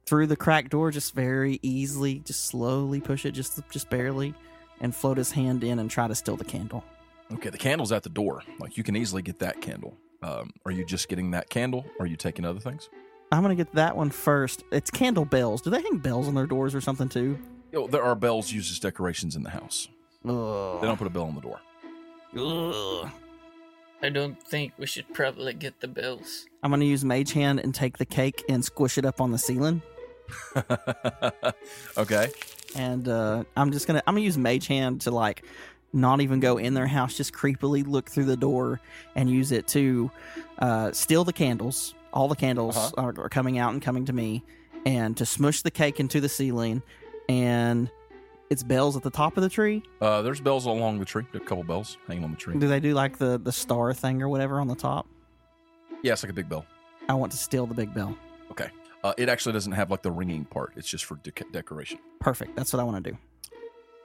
E: through the crack door, just very easily, just slowly push it, just just barely, and float his hand in and try to steal the candle.
B: Okay. The candle's at the door. Like you can easily get that candle. Um, are you just getting that candle? Or are you taking other things?
E: I'm gonna get that one first. It's candle bells. Do they hang bells on their doors or something too?
B: You know, there are bells used as decorations in the house. They
E: Ugh.
B: don't put a bell on the door.
E: Ugh.
A: I don't think we should probably get the bills.
E: I'm gonna use mage hand and take the cake and squish it up on the ceiling.
B: okay.
E: And uh, I'm just gonna I'm gonna use mage hand to like not even go in their house, just creepily look through the door and use it to uh, steal the candles. All the candles
B: Uh-huh.
E: are, are coming out and coming to me, and to smush the cake into the ceiling. And it's bells at the top of the tree.
B: Uh, there's bells along the tree. There are a couple bells hanging on the tree.
E: Do they do like the the star thing or whatever on the top?
B: Yeah, it's like a big bell.
E: I want to steal the big bell.
B: Uh, it actually doesn't have like the ringing part. It's just for dec decoration.
E: Perfect. That's what I want to do.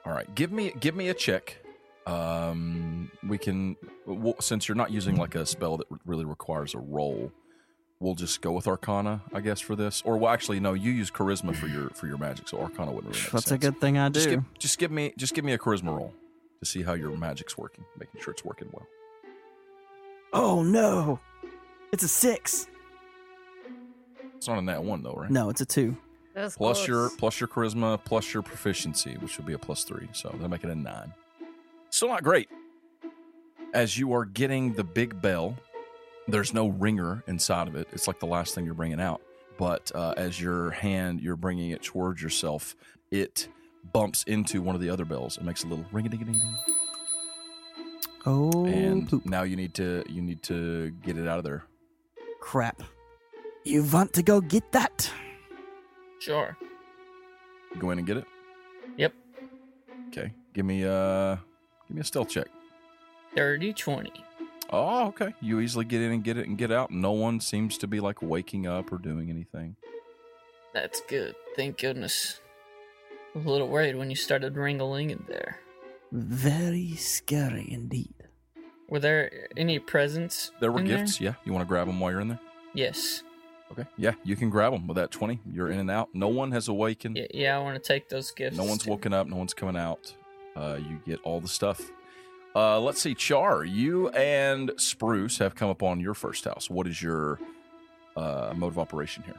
B: All right, give me give me a check. Um, we can we'll, since you're not using like a spell that really requires a roll, we'll just go with Arcana, I guess, for this. Or well, actually, no, you use Charisma for your for your magic, so Arcana wouldn't really. Make
E: That's a
B: sense.
E: good thing I
B: Just
E: do.
B: give, just give me just give me a Charisma roll to see how your magic's working, making sure it's working well.
E: Oh no, it's a six.
B: It's not in that one though, right?
E: No, it's a two.
D: That's
B: Plus
D: close.
B: your plus your charisma plus your proficiency, which would be a plus three, so that'll make it a nine. Still not great. As you are getting the big bell, there's no ringer inside of it. It's like the last thing you're bringing out. But uh, as your hand you're bringing it towards yourself, it bumps into one of the other bells. It makes a little ring a ding a ding ding,
E: Oh
B: and
E: poop.
B: now you need to you need to get it out of there.
E: crap. You want to go get that?
A: Sure.
B: Go in and get it.
A: Yep.
B: Okay, give me uh give me a stealth check.
A: 30 20.
B: Oh, okay. You easily get in and get it and get out. No one seems to be like waking up or doing anything.
A: That's good. Thank goodness. I was a little worried when you started ringling in there.
E: Very scary indeed.
A: Were there any presents?
B: There were
A: in
B: gifts. Yeah. You want to grab them while you're in there?
A: Yes.
B: Okay. Yeah. You can grab them with that 20. You're in and out. No one has awakened.
A: Yeah, yeah I want to take those gifts.
B: No one's
A: too.
B: woken up. No one's coming out. Uh, you get all the stuff. Uh, let's see. Char, you and Spruce have come upon your first house. What is your uh, mode of operation here?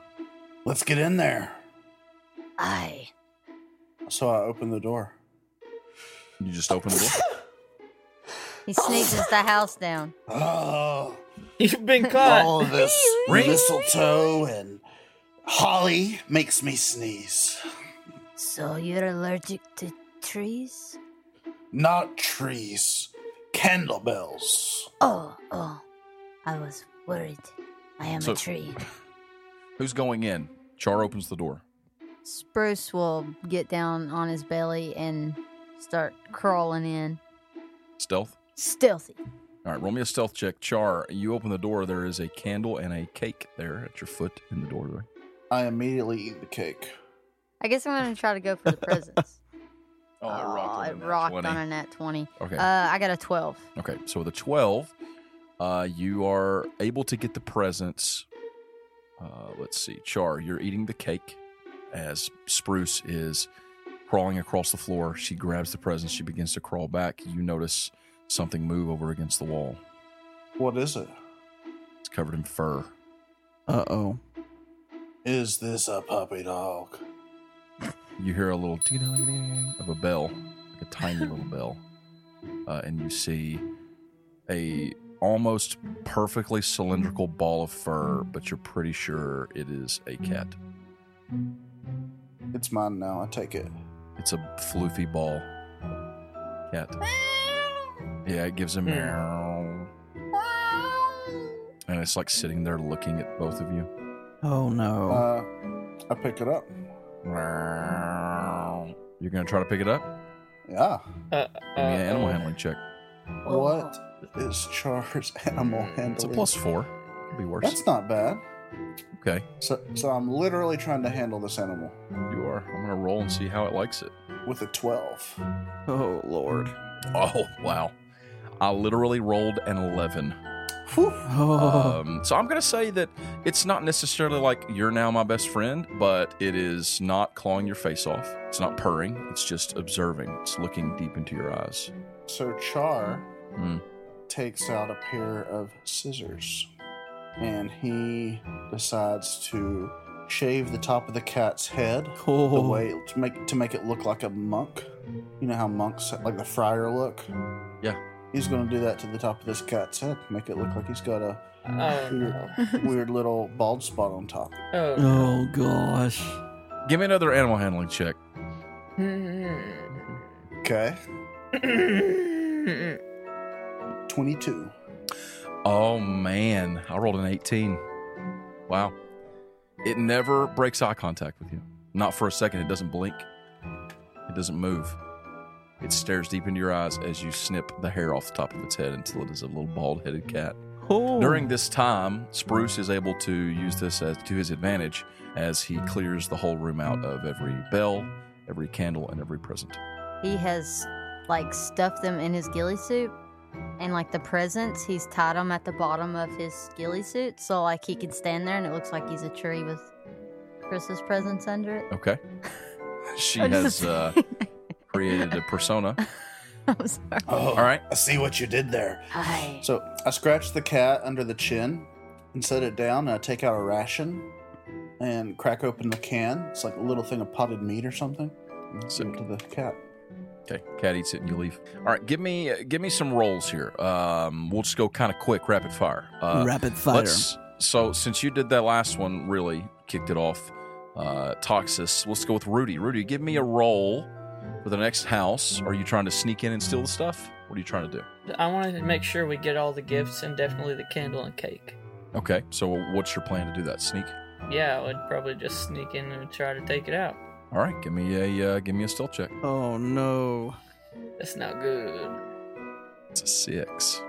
C: Let's get in there.
F: I.
C: So I open the door.
B: You just open the door.
D: He sneezes the house down.
C: Oh,
A: You've been caught.
B: Oh,
C: all of this mistletoe and holly makes me sneeze.
F: So you're allergic to trees?
C: Not trees, candle bells.
F: Oh, oh. I was worried. I am
B: So-
F: a tree.
B: Who's going in? Char opens the door.
D: Spruce will get down on his belly and start crawling in.
B: Stealth.
D: Stealthy.
B: All right, roll me a stealth check. Char, you open the door. There is a candle and a cake there at your foot in the doorway.
C: I immediately eat the cake.
D: I guess I'm gonna try to go for the presents.
B: Oh,
D: Aw, it rocked on a nat twenty.
B: Okay.
D: Uh, I got a twelve.
B: okay. So with a 12, uh, you are able to get the presents. Uh, let's see. Char, you're eating the cake as Spruce is crawling across the floor. She grabs the presents. She begins to crawl back. You notice something move over against the wall.
C: What is it?
B: It's covered in fur.
E: Uh oh.
C: Is this a puppy dog?
B: you hear a little ding-a-ling-a-ling of a bell, like a tiny little bell, uh, and you see a almost perfectly cylindrical ball of fur, but you're pretty sure it is a cat.
C: It's mine now. I take it.
B: It's a floofy ball cat. Yeah, it gives a meow, and it's like sitting there looking at both of you.
E: Oh no.
C: Uh, I pick it up.
B: You're going to try to pick it up?
C: Yeah.
A: Uh,
B: Give me an animal
A: uh,
B: handling check.
C: What is Char's animal handling?
B: It's a plus four. Could be worse.
C: That's not bad.
B: okay.
C: So, so I'm literally trying to handle this animal
B: You are. I'm going to roll and see how it likes it.
C: with a 12.
E: Oh Lord.
B: Oh, wow. I literally rolled an 11.
C: Whew.
E: Oh.
B: Um, so I'm going to say that it's not necessarily like you're now my best friend, but it is not clawing your face off. It's not purring. It's just observing. It's looking deep into your eyes.
C: So Char
B: Hmm.
C: takes out a pair of scissors and he decides to shave the top of the cat's head the
E: Oh.
C: way to make to make it look like a monk. You know how monks like the friar look?
B: Yeah.
C: He's gonna do that to the top of this cat's head, make it look like he's got a
A: Oh no.
C: weird little bald spot on top.
A: Oh.
E: Oh gosh.
B: Give me another animal handling check.
A: Oh.
C: Okay.
A: Hmm.
C: Twenty-two.
B: Oh, man. I rolled an 18. Wow. It never breaks eye contact with you. Not for a second. It doesn't blink, it doesn't move. It stares deep into your eyes as you snip the hair off the top of its head until it is a little bald headed cat.
E: Oh.
B: During this time, Spruce is able to use this as, to his advantage as he clears the whole room out of every bell, every candle, and every present.
D: He has like stuffed them in his ghillie suit, and like the presents, he's tied them at the bottom of his ghillie suit, so like he can stand there and it looks like he's a tree with Christmas presents under it.
B: Okay. She
D: I'm
B: has
D: just-
B: uh, created a persona.
D: I'm sorry.
C: Oh,
B: All right.
C: I see what you did there.
F: Hi.
C: So I scratch the cat under the chin and set it down. And I take out a ration and crack open the can. It's like a little thing of potted meat or something. And
B: Sick.
C: Give it to the cat.
B: Okay, cat eats it and you leave. All right, give me uh, give me some rolls here. Um, we'll just go kind of quick, rapid fire. Uh,
E: Rapid fire.
B: let's- So since you did that last one, really kicked it off. Uh, Toxus. Let's go with Rudy. Rudy, give me a roll for the next house. Are you trying to sneak in and steal the stuff? What are you trying to do?
A: I wanted to make sure we get all the gifts and definitely the candle and cake.
B: Okay, so what's your plan to do that? Sneak.
A: Yeah, I would probably just sneak in and try to take it out.
B: All right, give me a uh, give me a stealth check.
E: Oh no.
A: That's not good.
B: It's a six.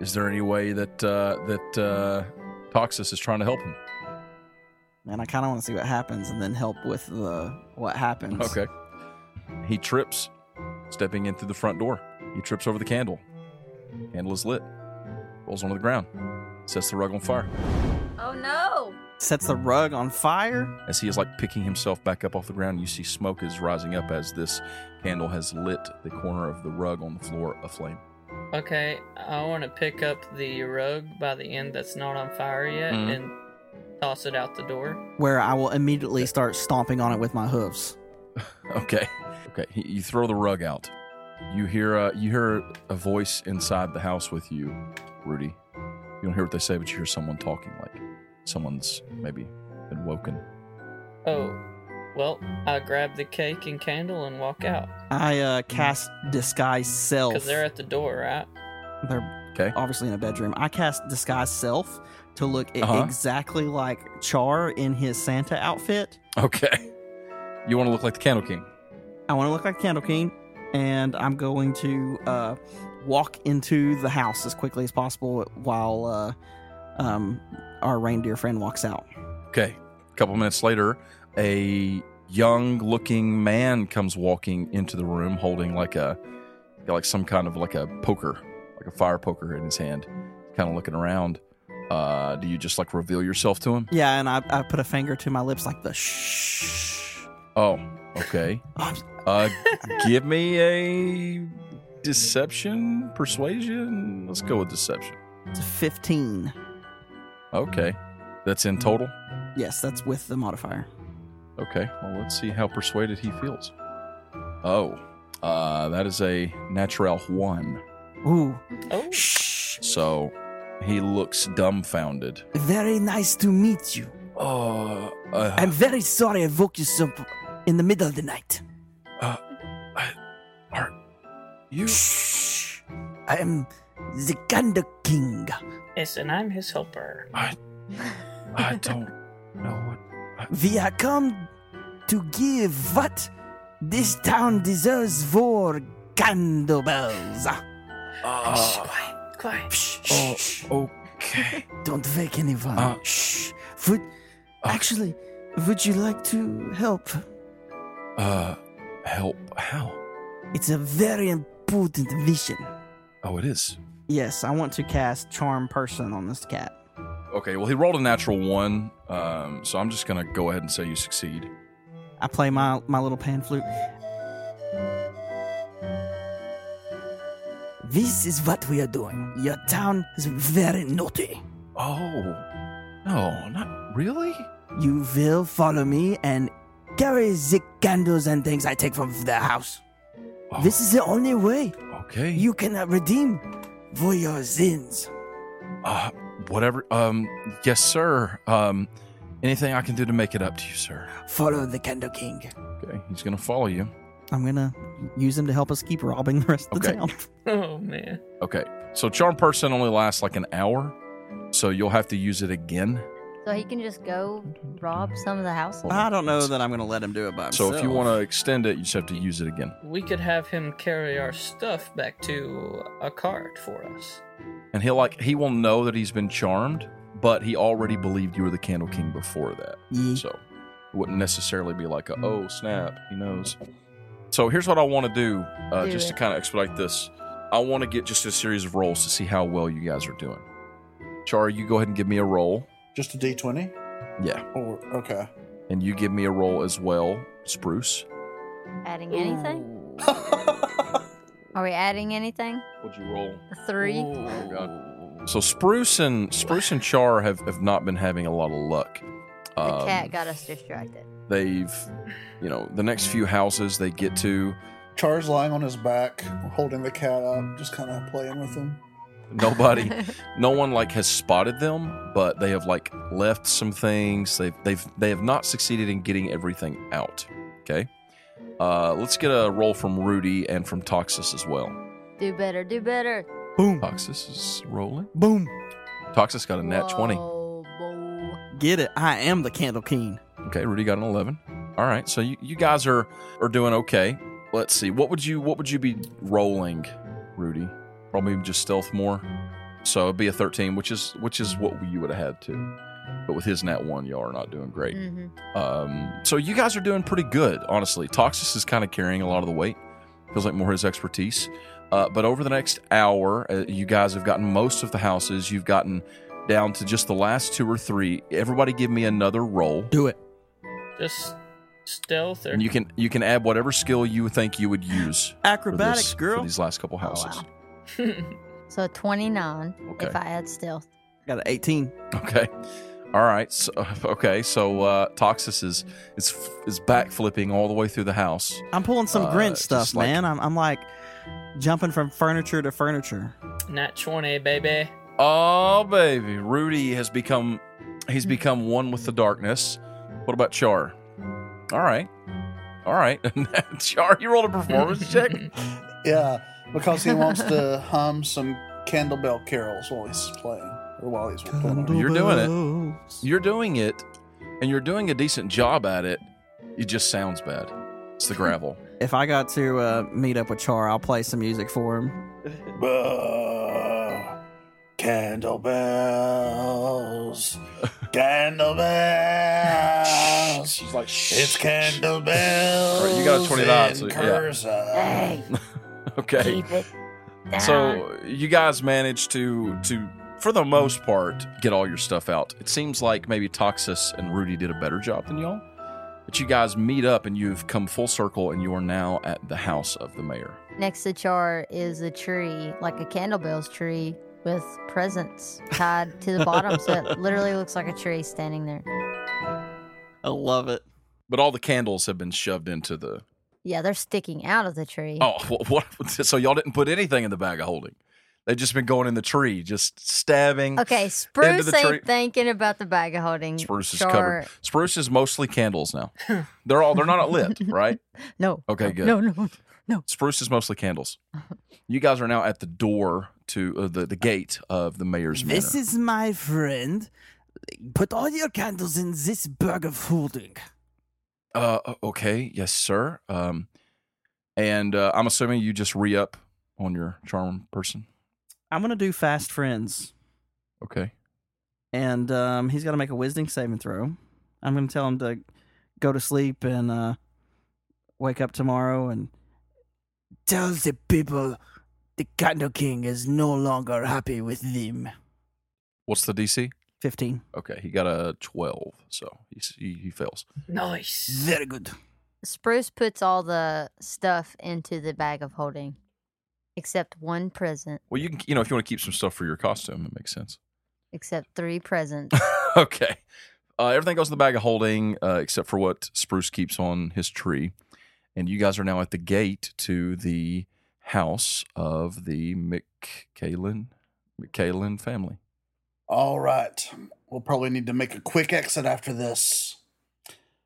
B: Is there any way that uh, that uh, Toxus is trying to help him?
E: Man, I kind of want to see what happens and then help with the what happens.
B: Okay. He trips, stepping in through the front door. He trips over the candle. Candle is lit. Rolls onto the ground. Sets the rug on fire
D: Oh no!
E: Sets the rug on fire.
B: as he is like picking himself back up off the ground, you see smoke is rising up as this candle has lit the corner of the rug on the floor aflame.
A: Okay, I want to pick up the rug by the end that's not on fire yet
B: Mhm.
A: and toss it out the door.
E: Where I will immediately start stomping on it with my hooves.
B: Okay, okay. He, you throw the rug out. You hear uh, you hear a voice inside the house with you, Rudy. You don't hear what they say, but you hear someone talking, like someone's maybe been woken.
A: Oh, well, I grab the cake and candle and walk out
E: I uh, cast disguise self.
A: because they're at the door, right?
E: They're
B: Okay.
E: obviously in a bedroom. I cast disguise self to look e-
B: Uh-huh.
E: exactly like Char in his Santa outfit.
B: Okay. You want to look like the Candle King.
E: I want to look like Candle King, and I'm going to uh, walk into the house as quickly as possible while uh, um, our reindeer friend walks out.
B: Okay. A couple minutes later, a young looking man comes walking into the room holding like a like some kind of like a poker, like a fire poker in his hand, kind of looking around. Uh, do you just like reveal yourself to him?
E: Yeah, and I, I put a finger to my lips like the shh.
B: Oh, okay.
E: Oh, I'm-
B: Uh, give me a deception, persuasion. Let's go with deception.
E: It's a 15.
B: Okay. That's in total.
E: Yes, that's with the modifier.
B: Okay, well, let's see how persuaded he feels. Oh, uh, that is a natural one.
E: Ooh,
A: Oh,
E: shh.
B: So he looks dumbfounded.
E: Very nice to meet you.
B: Oh, uh,
E: I'm very sorry I woke you up in the middle of the night.
B: you.
E: Shh. I am the Candle King.
A: yes, and I'm his helper.
B: I don't know what.
E: We are come to give what This town deserves four candles. Uh,
A: Quiet, quiet.
B: Oh, okay.
E: Don't wake anyone.
B: Uh,
E: Shh. Would actually, would you like to help?
B: Uh, help. How?
E: It's a very important vision.
B: Oh, it is.
E: Yes, I want to cast charm person on this cat.
B: Okay, well, he rolled a natural one, um, so I'm just going to go ahead and say you succeed.
E: I play my my little pan flute. This is what we are doing. Your town is very naughty.
B: Oh, no, not really?
E: You will follow me and carry the candles and things I take from the house.
B: Oh.
E: This is the only way
B: Okay.
E: you can redeem for your sins.
B: Uh, whatever. Um, yes, sir. Um, anything I can do to make it up to you, sir.
E: Follow the Candle King.
B: Okay, he's going to follow you.
E: I'm gonna use him to help us keep robbing the rest of the
B: Okay.
E: town.
A: Oh man.
B: Okay, so charm person only lasts like an hour, so you'll have to use it again.
D: So he can just go rob some of the houses.
E: I don't know that I'm gonna let him do it by himself.
B: So if you want to extend it, you just have to use it again.
A: We could have him carry our stuff back to a cart for us.
B: And he'll like he will know that he's been charmed, but he already believed you were the Candle King before that.
E: Ye-
B: So it wouldn't necessarily be like a oh snap, he knows. So here's what I want to do, uh,
D: Do
B: just to
D: it.
B: kind of expedite this. I want to get just a series of rolls to see how well you guys are doing. Char, you go ahead and give me a roll.
C: Just a D20?
B: Yeah.
C: Or, okay.
B: And you give me a roll as well, Spruce.
D: Adding anything? Are we adding anything?
B: What'd you roll? Oh,
D: A Three?
A: Ooh.
B: So Spruce and Spruce and Char have, have not been having a lot of luck.
D: the
B: Um,
D: cat got us distracted.
B: They've, you know, the next few houses they get to,
C: Char's lying on his back, holding the cat up, just kind of playing with him.
B: nobody, no one like has spotted them, but they have like left some things. They've they've they have not succeeded in getting everything out. Okay, uh, let's get a roll from Rudy and from Toxus as well.
D: do better, do better.
E: boom,
B: Toxus is rolling.
E: boom,
B: Toxus got a nat twenty.
D: Whoa, boy.
E: get it. I am the Candle King.
B: Okay, Rudy got an eleven. All right, so you, you guys are are doing okay. Let's see. What would you what would you be rolling, Rudy? Probably just stealth more. So it'd be a thirteen, which is which is what you would have had to. But with his nat one, y'all are not doing great.
F: Oh,
D: Mhm.
B: Um, so you guys are doing pretty good, honestly. Toxus is kind of carrying a lot of the weight. Feels like more his expertise. Uh, but over the next hour, uh, you guys have gotten most of the houses. You've gotten down to just the last two or three. Everybody, give me another roll.
E: Do it.
A: Just stealth or
B: And you can you can add whatever skill you think you would use for,
E: Acrobatics,
B: this, for
E: girl.
B: these last couple
D: Oh, wow.
B: houses.
D: So 29 if
B: Okay.
D: I add stealth.
E: Got an 18.
B: Okay. All right. So, okay. So uh, Toxus is is is backflipping all the way through the house.
E: I'm pulling some
B: Uh,
E: Grinch stuff,
B: just like-
E: man. I'm, I'm like jumping from furniture to furniture.
A: nat twenty, baby.
B: Oh baby, Rudy has become he's become one with the darkness. What about Char? All right. All right. Char, you rolled a performance check.
C: Yeah, because he wants to hum some Candlebell carols while he's playing, or while he's playing.
B: You're doing it.
E: it.
B: You're doing it, and you're doing a decent job at it. It just sounds bad. It's the gravel.
E: If I got to uh, meet up with Char, I'll play some music for him.
C: Bah, Candlebells, candlebells.
B: She's like,
C: It's candlebells.
B: All right, you got a 29,
C: and
B: so yeah.
C: curse up.
F: Hey,
B: okay.
F: keep it down.
B: So you guys managed to to for the most part get all your stuff out. It seems like maybe Toxus and Rudy did a better job than y'all. But you guys meet up and you've come full circle and you are now at the house of the mayor.
D: Next to Char is a tree, like a candlebell's tree, with presents tied to the bottom. so it literally looks like a tree standing there.
E: I love it.
B: But all the candles have been shoved into the
D: Yeah, they're sticking out of the tree.
B: Oh, what, what so y'all didn't put anything in the bag of holding. They've just been going in the tree, just stabbing.
D: Okay, Spruce
B: the
D: ain't
B: tree.
D: thinking about the bag of holding.
B: Spruce is
D: Char-
B: covered. Spruce is mostly candles now. They're all they're not lit, right?
D: No.
B: Okay,
D: no,
B: good.
D: No, no.
B: Spruce is mostly candles.
E: Uh-huh.
B: You guys are now at the door to uh, the the gate of the mayor's
E: This
B: manor.
E: is my friend. Put all your candles in this bag of holding.
B: uh, okay, yes, sir. Um, And uh, I'm assuming you just re up on your charm person.
E: I'm gonna do fast friends,
B: Okay.
E: and um, he's got to make a wisdom saving throw. I'm gonna tell him to go to sleep and uh, wake up tomorrow and tell the people the Candle King is no longer happy with them.
B: What's the DC?
E: Fifteen.
B: Okay, he got a 12, so he's, he, he fails.
A: Nice.
E: Very good.
D: Spruce puts all the stuff into the bag of holding, except one present,
B: Well, you can, you know, if you want to keep some stuff for your costume, it makes sense.
D: except three presents.
B: okay. Uh, everything goes in the bag of holding uh, except for what Spruce keeps on his tree. And you guys are now at the gate to the house of the McCalin, McCalin family.
C: All right. We'll probably need to make a quick exit after this.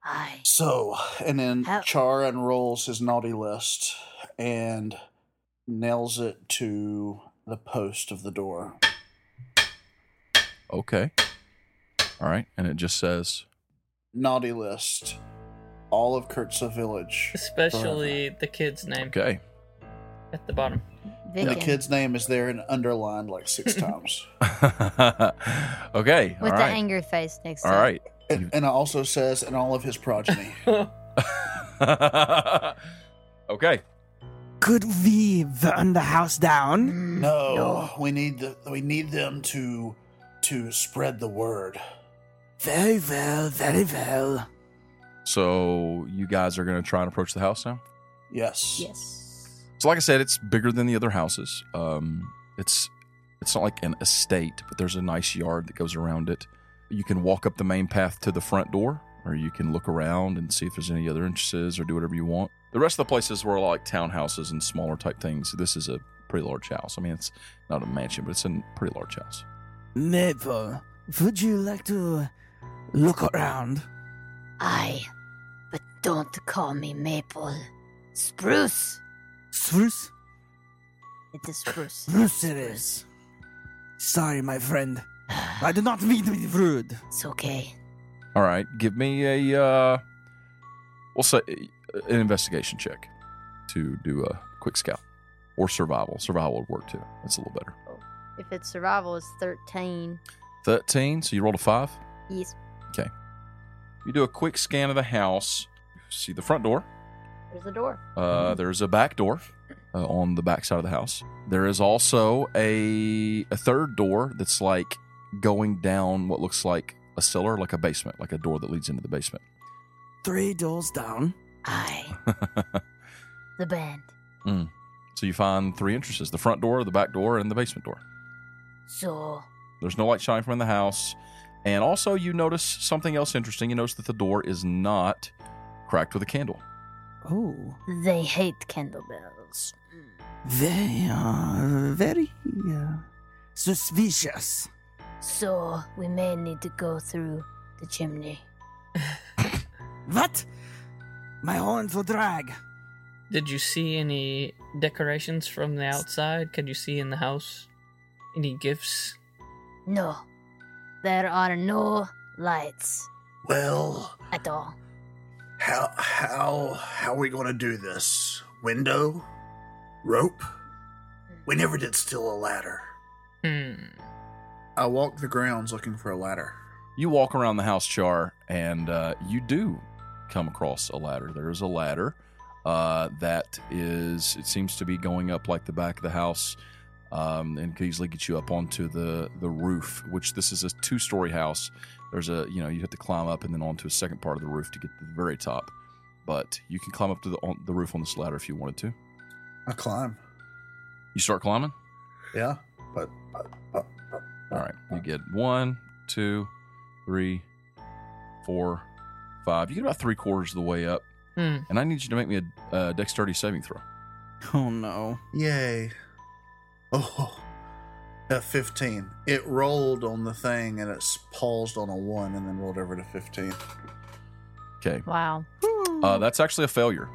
F: I
C: So, and then
F: How-
C: Char unrolls his naughty list and nails it to the post of the door.
B: Okay. All right. And it just says,
C: Naughty list. All of Kurtza Village.
A: Especially the kid's name
B: okay.
A: at the bottom.
C: And the
D: Vicken,
C: kid's name is there and underlined like six times.
B: okay.
D: with
B: all
D: the
B: right.
D: angry face next to
B: all
D: him.
B: right.
C: And, and it also says, and all of his progeny.
B: okay.
E: Could we burn the house down?
F: Mm.
C: No, we need the, we need them to to spread the word.
E: Very well, very well.
B: So you guys are going to try and approach the house now?
C: Yes.
D: Yes.
B: So, like I said, it's bigger than the other houses. Um, it's it's not like an estate, but there's a nice yard that goes around it. You can walk up the main path to the front door, or you can look around and see if there's any other entrances, or do whatever you want. The rest of the places were like townhouses and smaller type things. This is a pretty large house. I mean, it's not a mansion, but it's a pretty large house.
E: Maple, would you like to look around?
F: I but don't call me Maple. Spruce.
E: Spruce?
F: It is Spruce.
E: Spruce it is. Sorry, my friend. I did not mean to be rude.
F: It's okay.
B: All right, give me a uh, we'll say uh, an investigation check to do a quick scout or survival. Survival would work too. That's a little better.
D: If it's survival, it's 13.
B: 13, so you rolled a 5.
D: Yes.
B: You do a quick scan of the house. You see the front door.
D: There's the door.
B: Uh, There's a back door uh, on the back side of the house. There is also a, a third door that's like going down what looks like a cellar, like a basement, like a door that leads into the basement.
E: Three doors down.
F: I the band.
B: so you find three entrances the front door, the back door, and the basement door.
F: So
B: There's no light shining from the house. And also, you notice something else interesting. You notice that the door is not cracked with a candle.
E: Oh,
F: they hate candle bells.
E: they are very uh, suspicious.
F: So we may need to go through the chimney.
E: What? My horns will drag.
A: Did you see any decorations from the outside? Could you see in the house any gifts?
F: No. There are no lights
C: Well,
F: at all.
C: how how how are we going to do this? Window, rope. We never did steal a ladder.
A: Hmm.
C: I walked the grounds looking for a ladder.
B: You walk around the house, Char, and uh, you do come across a ladder. There is a ladder uh, that is, it seems to be going up like the back of the house um, and could easily get you up onto the, the roof, which this is a two story house. There's a, you know, you have to climb up and then onto a second part of the roof to get to the very top. But you can climb up to the, on, the roof on this ladder if you wanted to.
C: I climb.
B: You start climbing?
C: Yeah, but, but, but, but
B: All right. You get one, two, three, four, five. You get about three quarters of the way up.
A: Hmm.
B: and I need you to make me a uh, dexterity saving throw.
E: Oh no.
C: Yay. Oh, a 15. It rolled on the thing and it's paused on a 1 and then rolled over to 15.
B: Okay,
D: Wow.
B: uh, that's actually a failure.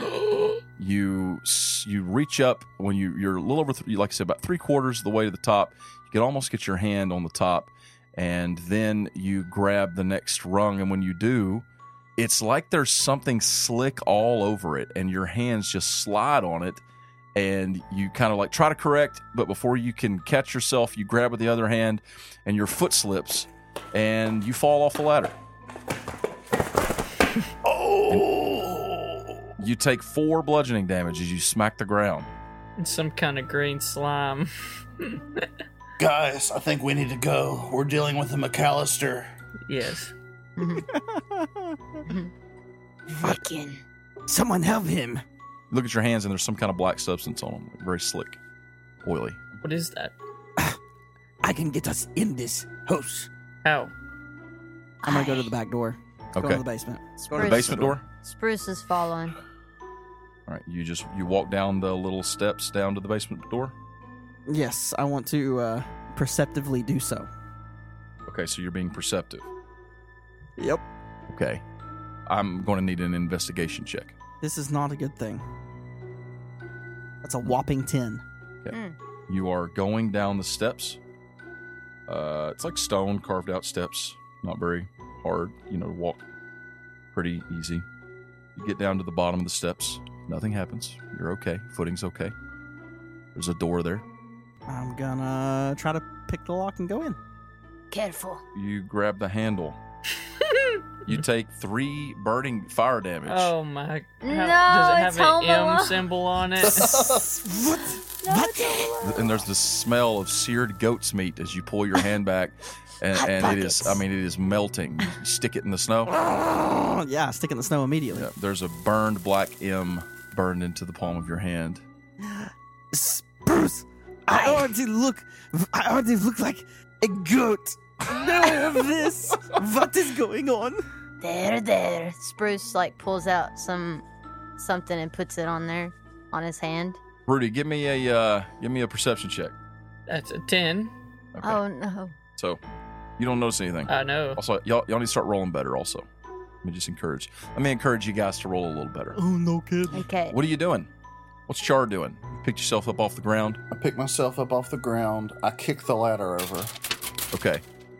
D: Wait,
B: You s- you reach up when you you're a little over th- like I said about three quarters of the way to the top. You can almost get your hand on the top, and then you grab the next rung. And when you do, It's like there's something slick all over it, and your hands just slide on it, and you kind of like try to correct, but before you can catch yourself, you grab with the other hand, and your foot slips, and you fall off the ladder.
C: Oh,
B: You take four bludgeoning damage as you smack the ground.
A: Some kind of green slime.
C: guys, I think we need to go. We're dealing with a McAllister.
A: yes.
F: Mm-hmm. Freaking.
E: Someone help him.
B: Look at your hands, and there's some kind of black substance on them, very slick, oily.
A: What is that?
E: I can get us in this house.
A: How?
E: I'm gonna go to the back door. Go
B: Okay,
E: to the basement.
B: Go to the basement door.
D: Spruce is following.
B: All right, you just you walk down the little steps down to the basement door.
E: Yes, I want to uh, perceptively do so.
B: Okay, so you're being perceptive.
E: Yep.
B: Okay, I'm going to need an investigation check.
E: This is not a good thing. That's a whopping 10.
B: You are going down the steps. Uh, it's like stone carved out steps, not very hard. You know, to walk pretty easy. You get down to the bottom of the steps. Nothing happens. You're okay. Footing's okay. There's a door there.
E: I'm gonna try to pick the lock and go in.
F: Careful.
B: You grab the handle. you take three burning fire damage.
A: Oh my!
D: No,
A: does
D: it's
A: it have
D: Home
A: an M
D: Alone.
A: symbol on it?
B: and there's the smell of seared goat's meat as you pull your hand back and,
F: Hot
B: and it is i
F: pockets.
B: mean it is melting you stick it in the snow
E: Oh, yeah, stick in the snow immediately.
B: Yeah, there's a burned black m burned into the palm of your hand
E: Spruce! I already look. I already look like a goat. No, this. What is going on?
F: There, there.
D: Spruce like pulls out some something and puts it on there on his hand.
B: rudy give me a uh, give me a perception check
A: That's a ten.
B: okay
D: Oh no.
B: so you don't notice anything
A: I know.
B: also y'all, y'all need to start rolling better also let me just encourage let me encourage you guys to roll a little better
E: Oh no, kid.
D: Okay.
B: what are you doing what's char doing you picked yourself up off the ground
C: I pick myself up off the ground. I kick the ladder over,
B: okay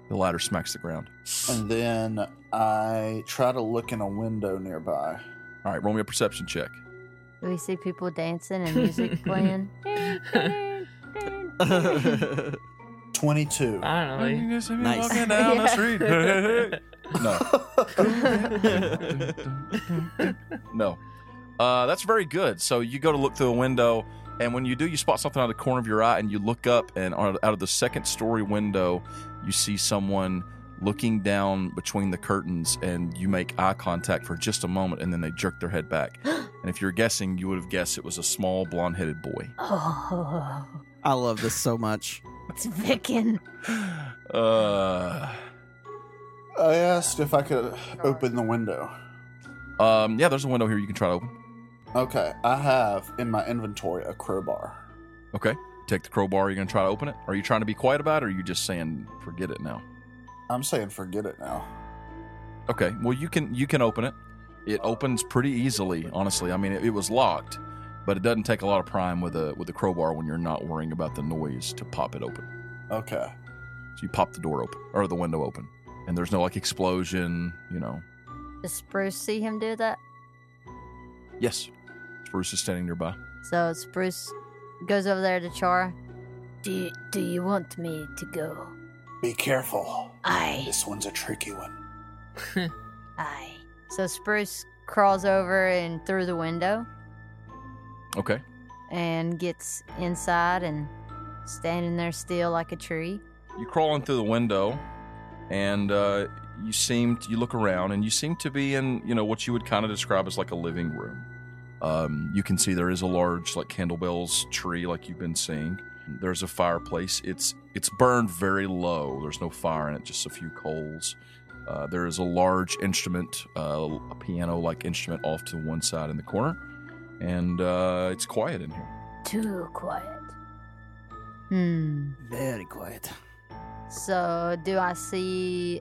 B: the ladder smacks the ground
C: and then I try to look in a window nearby.
B: all right roll me a perception check
D: Do we see people dancing and music playing?
C: Twenty-two.
A: Ah. Finally.
E: Nice. walking
D: down the Mm-hmm.
B: no. no. Uh, that's very good. So you go to look through a window, and when you do, you spot something out of the corner of your eye, and you look up, and on- out of the second story window, you see someone looking down between the curtains, and you make eye contact for just a moment, and then they jerk their head back. and if you're guessing, you would have guessed it was a small, blonde headed boy.
F: Oh,
E: I love this so much.
F: it's Vicken.
B: Uh,
C: I asked if I could open the window.
B: um, yeah, there's a window here you can try to open.
C: Okay, I have in my inventory a crowbar.
B: Okay. Take the crowbar. You're going to try to open it. Are you trying to be quiet about it, or are you just saying forget it now?
C: I'm saying forget it now.
B: Okay. Well, you can you can open it. It opens pretty easily, honestly. I mean, it, it was locked, but it doesn't take a lot of prime with a with a crowbar when you're not worrying about the noise to pop it open.
C: Okay.
B: So you pop the door open or the window open, and there's no like explosion. You know.
D: Does Spruce see him do that?
B: Yes. Spruce is standing nearby.
D: So Spruce goes over there to Chara.
F: Do you, do you want me to go?
C: Be careful.
F: I,
C: This one's a tricky one.
F: I.
D: So Spruce crawls over and through the window
B: Okay.
D: and gets inside and standing there still like a tree.
B: you crawl in through the window and uh, you seem to, you look around and you seem to be in you know what you would kind of describe as like a living room um, you can see there is a large like candlebells tree like you've been seeing there's a fireplace it's it's burned very low there's no fire in it just a few coals uh, there is a large instrument uh, a piano like instrument off to one side in the corner and uh, it's quiet in here
F: Too quiet.
D: Hmm.
E: Very quiet.
D: So do I see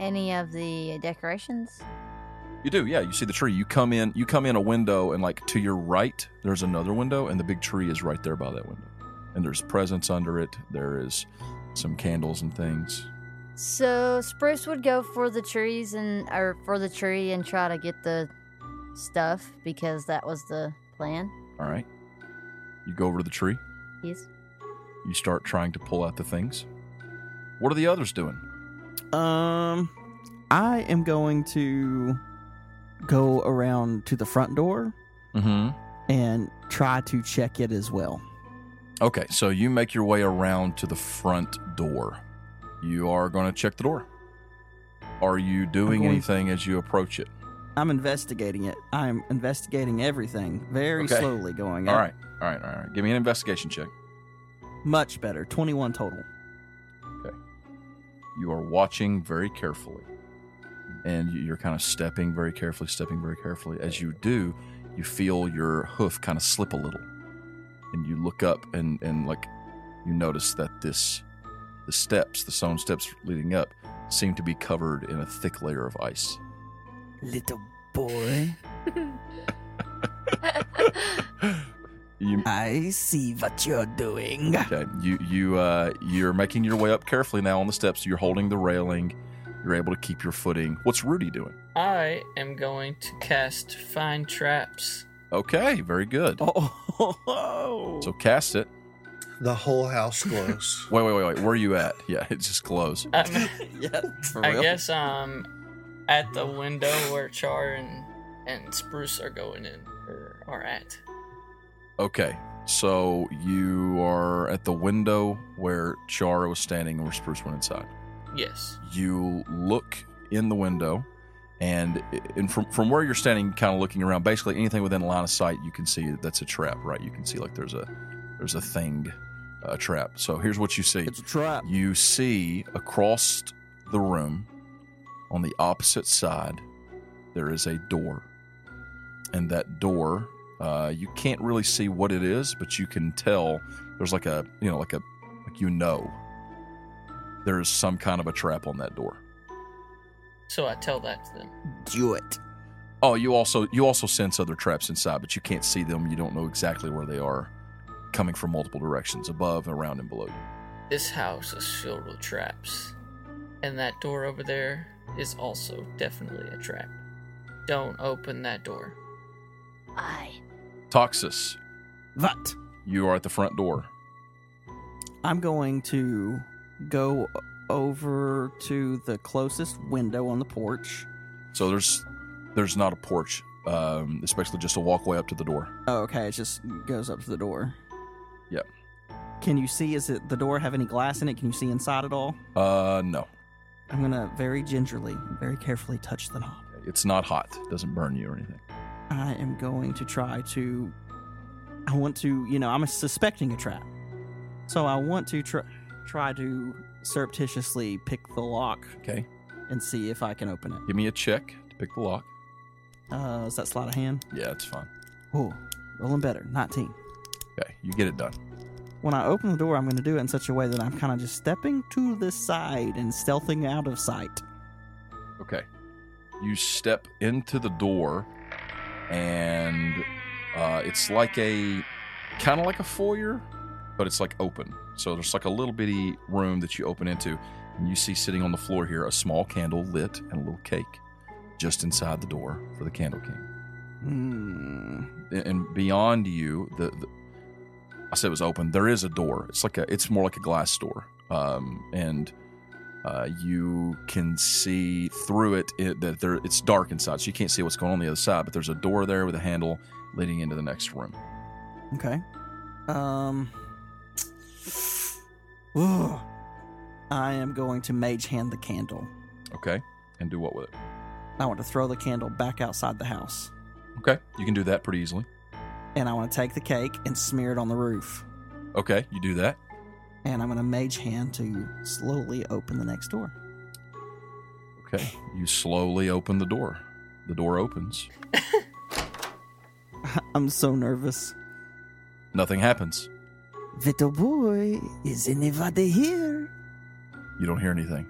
D: any of the decorations?
B: You do, yeah. You see the tree. You come in. You come in a window, and like to your right, there's another window, and the big tree is right there by that window. And there's presents under it. There is some candles and things.
D: So Spruce would go for the trees and or for the tree and try to get the stuff because that was the plan.
B: All right. You go over to the tree.
D: Yes.
B: You start trying to pull out the things. What are the others doing?
E: Um, I am going to go around to the front door
B: Mm-hmm.
E: and try to check it as well.
B: Okay, so you make your way around to the front door. You are going to check the door. Are you doing
E: going-
B: anything as you approach it?
E: I'm investigating it. I'm investigating everything very
B: Okay.
E: slowly going.
B: All
E: up.
B: right, all right, all right. Give me an investigation check.
E: Much better. 21 total.
B: You are watching very carefully, and you- you're kind of stepping very carefully, stepping very carefully. As you do, you feel your hoof kind of slip a little, and you look up and and like you notice that this the steps, the stone steps leading up, seem to be covered in a thick layer of ice.
E: Little boy,
B: You
E: I see what you're doing.
B: Okay, you you uh, you're making your way up carefully now on the steps. You're holding the railing. You're able to keep your footing. What's Rudy doing?
A: I am going to cast Fine Traps.
B: Okay, very good.
E: Oh,
B: So cast it.
C: The whole house glows.
B: Wait, wait, wait, wait. Where are you at? Yeah, it's just close.
A: I'm,
E: yeah, for
A: I
E: real.
A: guess I'm at the window where Char and, and Spruce are going in or are at.
B: Okay, so you are at the window where Char was standing and where Spruce went inside.
A: Yes.
B: you look in the window and, and from, from where you're standing kind of looking around basically anything within line of sight you can see that's a trap right you can see like there's a there's a thing a trap so here's what you see
E: It's a trap.
B: you see across the room on the opposite side there is a door and that door uh, you can't really see what it is but you can tell there's like a you know like a like you know there is some kind of a trap on that door
A: So I tell that to them.
E: Do it.
B: oh you also you also sense other traps inside but you can't see them you don't know exactly where they are coming from multiple directions above around and below you
A: This house is filled with traps. And that door over there is also definitely a trap. Don't open that door.
F: I
B: toxus
E: What?
B: you are at the front door
E: I'm going to go over to the closest window on the porch.
B: So there's there's not a porch. Um, it's basically just a walkway up to the door.
E: Oh, okay. It just goes up to the door.
B: Yep.
E: Can you see? Is it the door have any glass in it? Can you see inside at all?
B: Uh, no,
E: I'm gonna very gingerly, very carefully touch the knob.
B: it's not hot. It doesn't burn you or anything.
E: I am going to try to. I want to, you know, I'm suspecting a trap, so I want to try try to surreptitiously pick the lock
B: Okay,
E: and see if I can open it.
B: give me a check to pick the lock.
E: Uh, is that sleight of hand?
B: Yeah, it's fine.
E: Oh, rolling better, 19.
B: Okay, you get it done.
E: When I open the door, I'm going to do it in such a way that I'm kind of just stepping to the side and stealthing out of sight.
B: Okay, you step into the door, and uh, it's like a kind of like a foyer, but it's like open. So there's like a little bitty room that you open into, and you see sitting on the floor here a small candle lit and a little cake just inside the door for the candle king.
E: Hmm.
B: and beyond you the, the i said it was open there is a door it's like a it's more like a glass door um, and uh, you can see through it, it that there it's dark inside so you can't see what's going on the other side but there's a door there with a handle leading into the next room
E: Okay. Um. Ugh. I am going to mage hand the candle.
B: okay and do what with it
E: I want to throw the candle back outside the house.
B: okay you can do that pretty easily
E: And I want to take the cake and smear it on the roof.
B: okay you do that
E: And I'm going to mage hand to slowly open the next door.
B: okay you slowly open the door the door opens
E: I'm so nervous.
B: nothing happens
E: Little boy, is anybody here?
B: you don't hear anything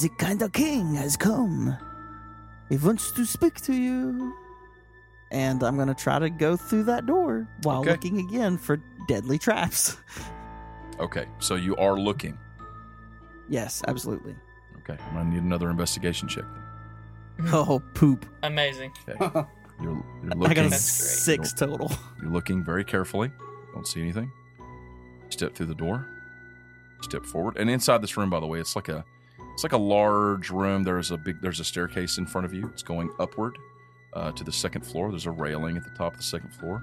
E: The kind of king has come. He wants to speak to you. And I'm going to try to go through that door while
B: Okay.
E: looking again for deadly traps.
B: okay so you are looking
E: yes, absolutely.
B: Okay, I'm gonna need another investigation check.
A: Hmm.
E: Oh, poop.
A: Amazing.
B: Okay, you're, you're
E: I got
B: looking.
E: a
A: That's great.
E: six total.
B: You're looking very carefully. Don't see anything. Step through the door. Step forward. And inside this room, by the way, it's like a it's like a large room. There's a big there's a staircase in front of you. It's going upward uh, to the second floor. There's a railing at the top of the second floor.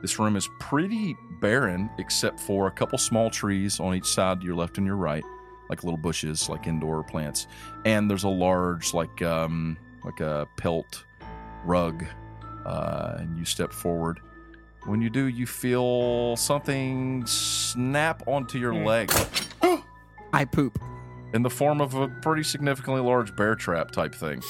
B: This room is pretty barren except for a couple small trees on each side to your left and your right, like little bushes, like indoor plants. And there's a large like um like a pelt rug. Uh, and you step forward when you do, you feel something snap onto your
A: Hmm.
B: leg
E: I poop.
B: in the form of a pretty significantly large bear trap type thing.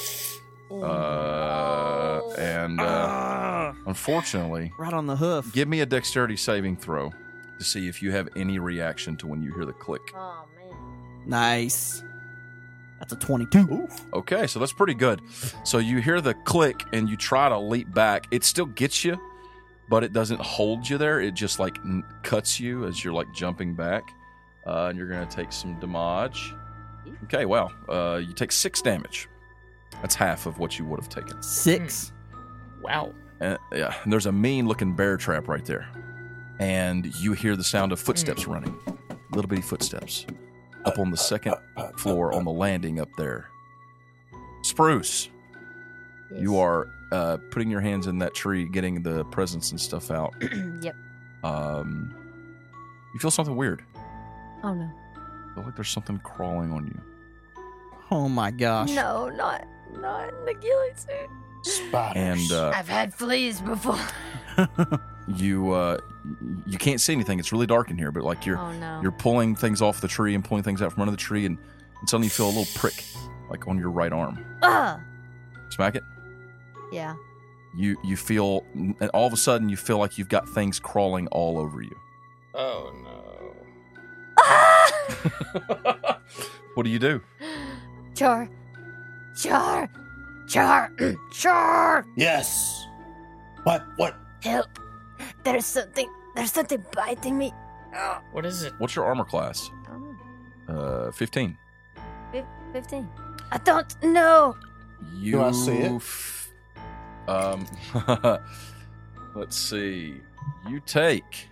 B: Uh, and uh,
E: Ah,
B: unfortunately,
E: right on the hoof.
B: give me a dexterity saving throw to see if you have any reaction to when you hear the click.
F: Oh man.
E: Nice. That's a 22.
B: Okay, so that's pretty good. So you hear the click and you try to leap back. It still gets you, but it doesn't hold you there. It just like n- cuts you as you're like jumping back, uh, and you're gonna take some damage. Okay, well, uh, you take six damage. That's half of what you would have taken.
E: Six.
A: Wow.
B: And, yeah, and there's a mean looking bear trap right there, and you hear the sound of footsteps running, little bitty footsteps, up on the second floor on the landing up there. Spruce. You are uh, putting your hands in that tree, getting the presents and stuff out.
D: yep.
B: Um, you feel something weird.
D: Oh no.
B: You feel like there's something crawling on you.
E: Oh my gosh.
F: No, not not in the ghillie suit.
B: And
C: Spiders.
B: uh,
F: I've had fleas before.
B: you uh, y- you can't see anything. It's really dark in here, but like you're
F: oh no.
B: you're pulling things off the tree and pulling things out from under the tree, and, and suddenly you feel a little prick, like on your right arm.
D: Ugh.
B: Smack it.
D: Yeah.
B: You you feel, and all of a sudden you feel like you've got things crawling all over you.
G: Oh no.
B: What do you do?
F: Char. Char. Char. Char.
C: yes. What? What?
F: Help. There's something there's something biting me. Oh,
A: What is it?
B: What's your armor class?
F: I don't know.
B: Uh, fifteen.
F: Fif- Fifteen. I don't know.
B: You
C: I see it?
B: f- Um, let's see. You take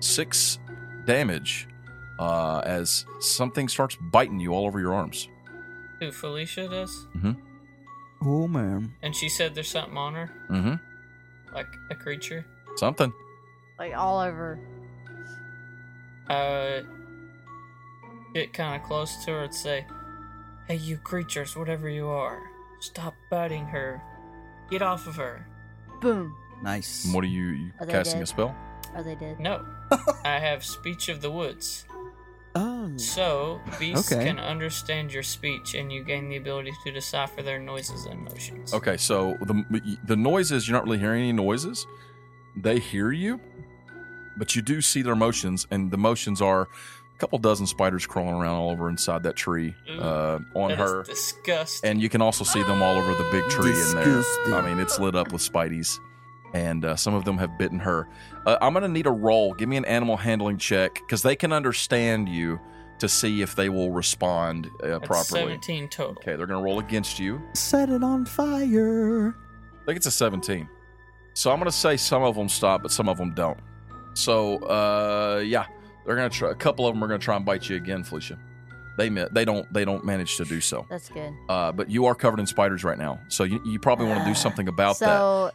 B: six damage uh, as something starts biting you all over your arms.
A: Who Felicia does?
E: Oh man.
A: And she said there's something on her,
B: Mm-hmm.
A: like a creature.
B: Something.
D: Like all over.
A: Uh, get kind of close to her and say, "Hey, you creatures, whatever you are, stop biting her. Get off of her."
D: Boom.
E: Nice.
B: And what are you, you
D: Are they
B: casting a
D: dead?
B: spell?
D: Are they dead?
A: No, I have speech of the woods.
E: Oh.
A: So, beasts
E: Okay.
A: can understand your speech and you gain the ability to decipher their noises and motions.
B: Okay, so the the noises you're not really hearing any noises. They hear you, but you do see their motions, and the motions are a couple dozen spiders crawling around all over inside that tree
A: Ooh,
B: uh, on
A: Mm. That is
B: her.
A: disgusting.
B: and you can also see them all over the big tree in
E: Disgusting.
B: there. I mean, it's lit up with spideys, and uh, some of them have bitten her. Uh, I'm gonna need a roll. Give me an animal handling check because they can understand you to see if they will respond uh,
A: That's
B: properly.
A: 17 total.
B: Okay, they're gonna roll against you.
E: Set it on fire.
B: I think it's a 17. So I'm gonna say some of them stop, but some of them don't. So uh, yeah, they're gonna try. A couple of them are gonna try and bite you again, Felicia. They mi- they don't they don't manage to do so.
D: That's good.
B: Uh, but you are covered in spiders right now, so you, you probably want to do something about that.
D: so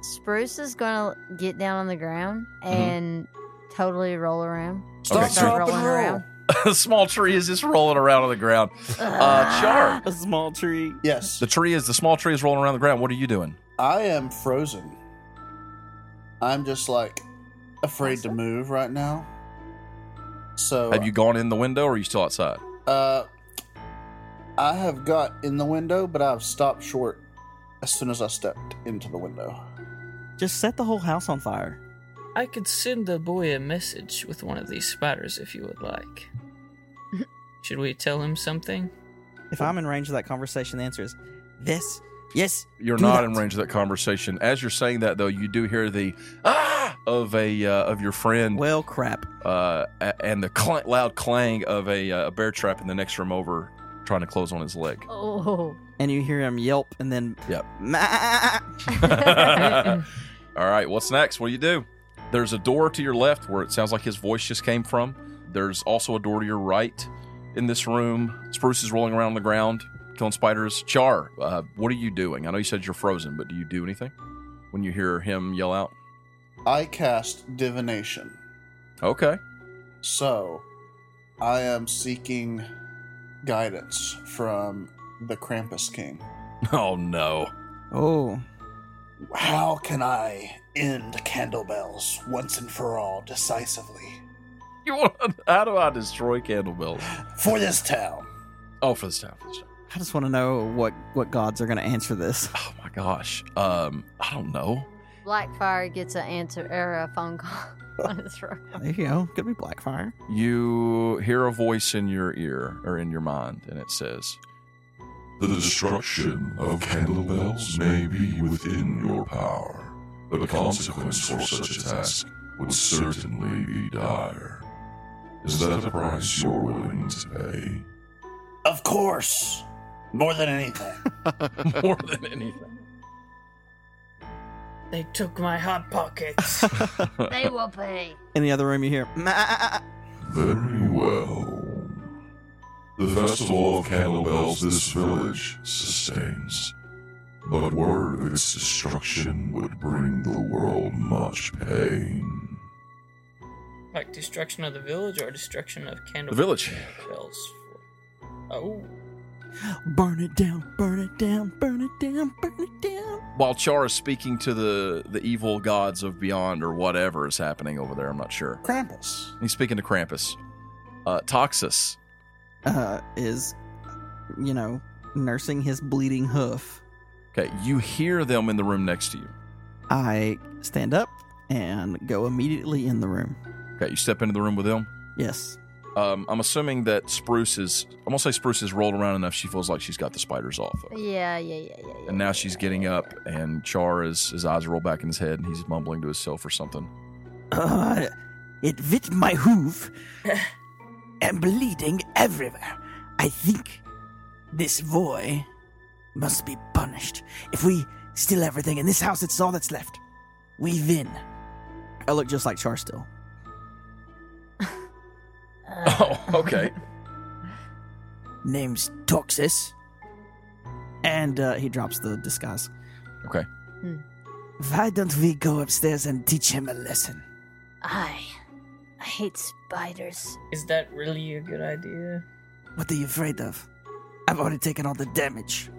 D: Spruce is gonna get down on the ground
B: Mm-hmm.
D: and totally roll around.
C: Stop,
B: Okay,
D: Start
C: drop, and
D: rolling
C: roll.
D: around.
B: the small tree is just rolling around on the ground. Uh, Char,
E: A small tree.
C: Yes.
B: the tree is the small tree is rolling around the ground. What are you doing?
C: I am frozen. I'm just like afraid to move right now. So
B: Have you gone in the window, or are you still outside?
C: Uh, I have got in the window, but I've stopped short as soon as I stepped into the window.
E: Just set the whole house on fire.
A: I could send the boy a message with one of these spiders if you would like. Should we tell him something?
E: If I'm in range of that conversation, the answer is this. Yes.
B: You're
E: do
B: not
E: that.
B: in range of that conversation. As you're saying that, though, you do hear the ah of a uh, of your friend
E: Well, crap.
B: uh, a- and the cl- loud clang of a, uh, a bear trap in the next room over trying to close on his leg.
D: Oh,
E: and you hear him yelp and then
B: Yep.
E: "Mah."
B: All right, what's next? What do you do? There's a door to your left where it sounds like his voice just came from. There's also a door to your right in this room. Spruce is rolling around on the ground, killing spiders. Char, uh, what are you doing? I know you said you're frozen, but do you do anything when you hear him yell out?
C: I cast divination.
B: Okay.
C: So, I am seeking guidance from the Krampus King.
B: Oh, no.
E: oh
C: How can I end candlebells once and for all decisively?
B: You want how do I destroy candlebells?
C: For this town.
B: Oh, for this time, for this time.
E: i just want to know what what gods are going to answer this
B: Oh my gosh. Um, I don't know.
D: Blackfire gets an answer or a phone call on his phone.
E: there you go could be blackfire
B: You hear a voice in your ear or in your mind, and it says,
H: The destruction of candlebells may be within your power. The consequence for such a task would certainly be dire. Is that a price you're willing to pay?
C: Of course. More than anything.
B: more than anything.
A: They took my hot pockets.
F: They will pay.
E: in the other room you hear "Mah."
H: Very well. The festival of candlebells this village sustains. But word of its destruction would bring the world much pain.
A: like destruction of the village or destruction of candle.
B: village.
A: Bells. Oh,
E: burn it down burn it down burn it down burn it down
B: While Char is speaking to the the evil gods of beyond or whatever is happening over there, I'm not sure.
C: Krampus.
B: He's speaking to Krampus. Uh, Toxus.
E: uh is you know nursing his bleeding hoof
B: Okay, you hear them in the room next to you.
E: i stand up and go immediately in the room
B: Okay, you step into the room with them.
E: yes
B: Um, I'm assuming that Spruce is. I'm gonna say Spruce has rolled around enough. She feels like she's got the spiders off. Of her.
D: Yeah, yeah, yeah, yeah. yeah.
B: And now she's getting up, and Char is his eyes roll back in his head, and he's mumbling to himself or something.
E: Uh, it bit my hoof and bleeding everywhere. I think this boy must be punished. If we steal everything in this house, it's all that's left. We win. I look just like Char still.
D: Uh,
B: Oh, okay.
E: Name's Toxis. And uh, he drops the disguise.
B: Okay.
E: Why don't we go upstairs and teach him a lesson?
F: I. I hate spiders.
A: is that really a good idea?
E: What are you afraid of? I've already taken all the damage.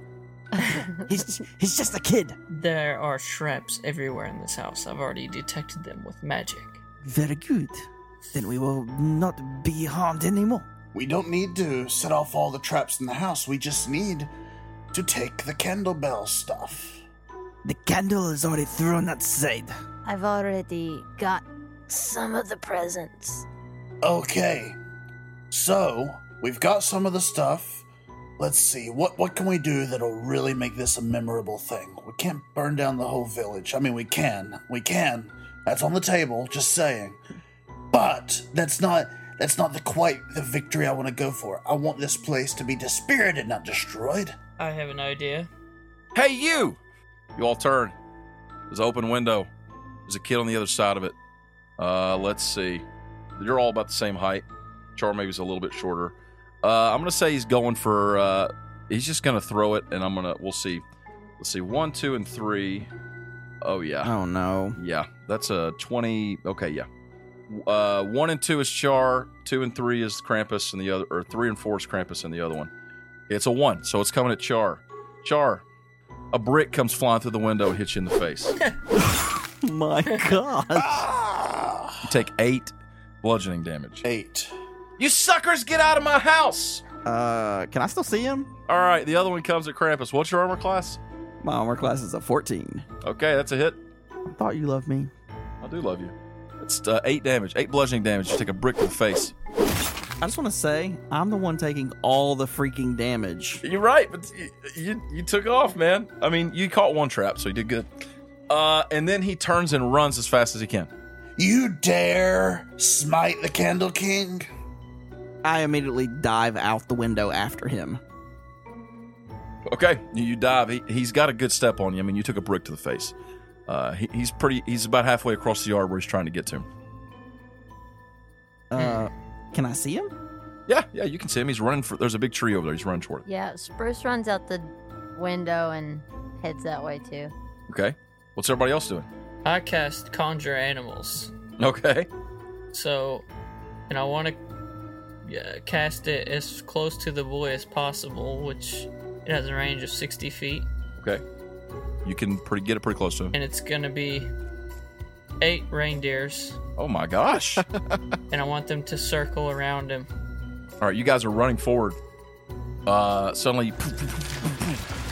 E: he's, he's just a kid.
A: There are shrapes everywhere in this house. I've already detected them with magic.
E: Very good. Then we will not be harmed anymore.
C: We don't need to set off all the traps in the house. We just need to take the candlebell stuff.
E: The candle is already thrown outside.
F: I've already got some of the presents.
C: Okay. So, we've got some of the stuff. Let's see. What what can we do that'll really make this a memorable thing? We can't burn down the whole village. I mean, we can. We can. That's on the table, just saying. But that's not that's not the quite the victory I want to go for. I want this place to be dispirited, not destroyed.
A: I have an idea.
B: Hey, you! You all turn. There's an open window. There's a kid on the other side of it. Uh, let's see. You're all about the same height. Char maybe's a little bit shorter. Uh, I'm gonna say he's going for. Uh, he's just gonna throw it, and I'm gonna. We'll see. Let's see. One, two, and three. Oh yeah,
E: Oh no.
B: yeah. That's a twenty. Okay, yeah. Uh, one and two is Char. Two and three is Krampus, and the other, or three and four is Krampus, and the other one. It's a one, so it's coming at Char. Char, a brick comes flying through the window and hits you in the face. You
E: My god.
C: Ah,
B: take eight bludgeoning damage.
C: eight.
B: You suckers, get out of my house!
E: uh, can I still see him?
B: All right, the other one comes at Krampus. What's your armor class?
E: My armor class is a 14.
B: Okay, that's a hit.
E: I thought you loved me.
B: I do love you. It's uh, eight damage, eight bludgeoning damage. You take a brick to the face.
E: I just want to say, I'm the one taking all the freaking damage.
B: You're right, but you, you you took off, man. I mean, you caught one trap, so you did good. Uh, and then he turns and runs as fast as he can.
C: You dare smite the Candle King?
E: I immediately dive out the window after him.
B: Okay, you- you dive. He, he's got a good step on you. I mean, you took a brick to the face. Uh, he, he's pretty. He's about halfway across the yard where he's trying to get to him.
E: Uh, can I see him?
B: Yeah, yeah, you can see him. He's running for. There's a big tree over there. He's running toward it.
D: Yeah, Spruce runs out the window and heads that way too.
B: Okay, what's everybody else doing?
A: I cast Conjure Animals.
B: Okay,
A: So, and I want to uh, cast it as close to the boy as possible, which it has a range of 60 feet,
B: okay, you can pretty get it pretty close to him.
A: and it's going to be eight reindeers,
B: Oh my gosh! All
A: and I want them to circle around him.
B: right, you guys are running forward. Uh, suddenly,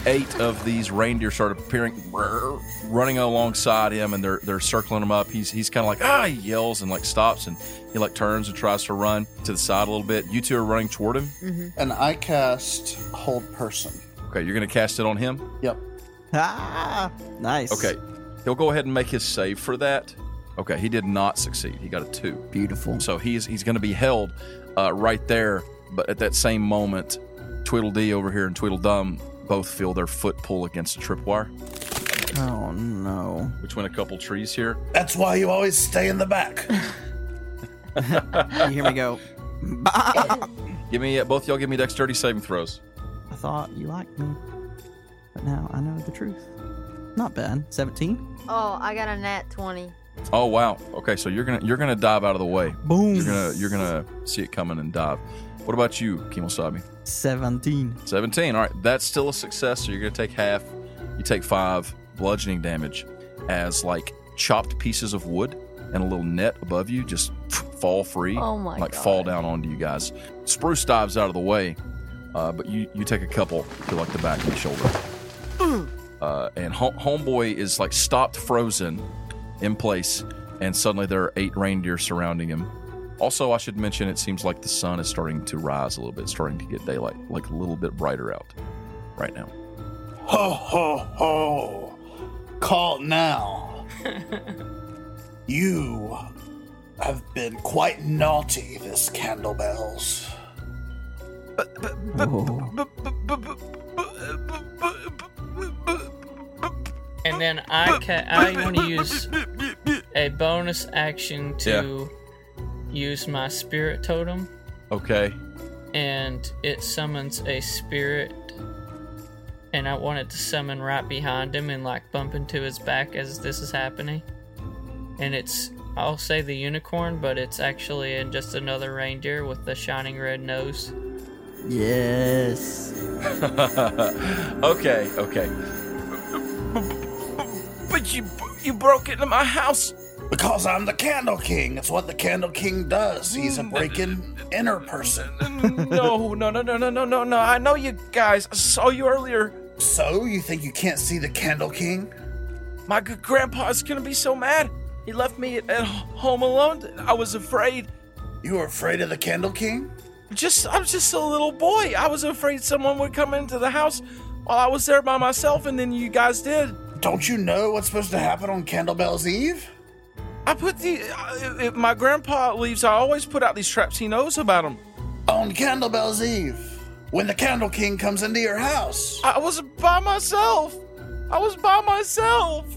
B: eight of these reindeer start appearing, running alongside him, and they're they're circling him up. He's he's kind of like ah, he yells and like stops, and he like turns and tries to run to the side a little bit. You two are running toward him.
C: And I cast Hold Person.
B: Okay, you're gonna cast it on him.
C: Yep.
E: Ah, nice.
B: Okay. He'll go ahead and make his save for that. Okay, he did not succeed. He got a two.
C: Beautiful.
B: So he's he's going to be held uh, right there. But at that same moment, Tweedledee over here and Tweedledum both feel their foot pull against a tripwire
E: Oh no.
B: between a couple trees here.
C: That's why you always stay in the back.
E: You hear me go? "Bah!"
B: Give me both y'all. Give me dexterity saving throws.
E: I thought you liked me, but now I know the truth. Not bad. Seventeen.
D: Oh, I got a nat twenty.
B: Oh wow. Okay, so you're gonna you're gonna dive out of the way.
E: Boom.
B: You're gonna you're gonna see it coming and dive. What about you, Kimosabi?
E: Seventeen.
B: 17. All right, that's still a success. So you're going to take half. You take five bludgeoning damage as like chopped pieces of wood and a little net above you just fall free.
D: Oh my
B: Like
D: God.
B: fall down onto you guys. Spruce dives out of the way, uh, but you, you take a couple to like the back of the shoulder. Uh, and ho- Homeboy is like stopped frozen in place, and suddenly there are eight reindeer surrounding him. Also, I should mention it seems like the sun is starting to rise a little bit, it's starting to get daylight, like a little bit brighter out right now.
C: Ho, ho, ho. Call now. you have been quite naughty this Candlebells.
E: Oh.
A: And then I ca- I want to use a bonus action to use my spirit totem,
B: Okay.
A: and it summons a spirit. And I want it to summon right behind him and like bump into his back as this is happening. And it's I'll say the unicorn, but it's actually in just another reindeer with the shining red nose.
E: Yes.
B: okay, okay. But you you broke into my house.
C: Because I'm the Candle King. It's what the Candle King does. He's a breaking inner person.
B: No, no, no, no, no, no, no, no. I know you guys. I saw you earlier.
C: So, you think you can't see the Candle King?
B: My good grandpa is gonna be so mad. He left me at, at home alone. I was afraid.
C: You are afraid of the Candle King?
B: Just I was just a little boy. I was afraid someone would come into the house while I was there by myself, and then you guys did.
C: Don't you know what's supposed to happen on Candlebell's Eve?
B: I put the. Uh, if my grandpa leaves, I always put out these traps. He knows about them.
C: On Candlebell's Eve, when the Candle King comes into your house.
B: I was by myself. I was by myself.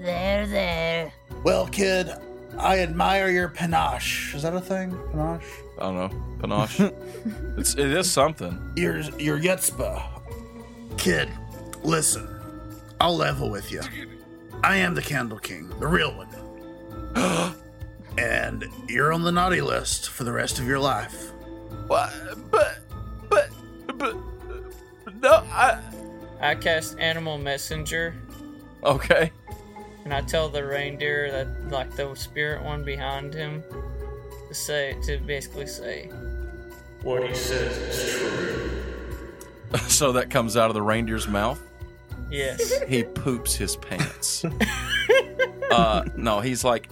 F: There, there.
C: Well, kid, I admire your panache. Is that a thing? Panache?
B: I don't know panache. it's it is something.
C: Your your yutzpah. Kid, listen. I'll level with you. I am the Candle King, the real one. and you're on the naughty list for the rest of your life.
B: What? But but but no. I
A: I cast animal messenger
B: okay.
A: And I tell the reindeer that, like the spirit one behind him, to say to basically say, "What he says."
B: So that comes out of the reindeer's mouth.
A: Yes.
B: he poops his pants. uh, no, he's like,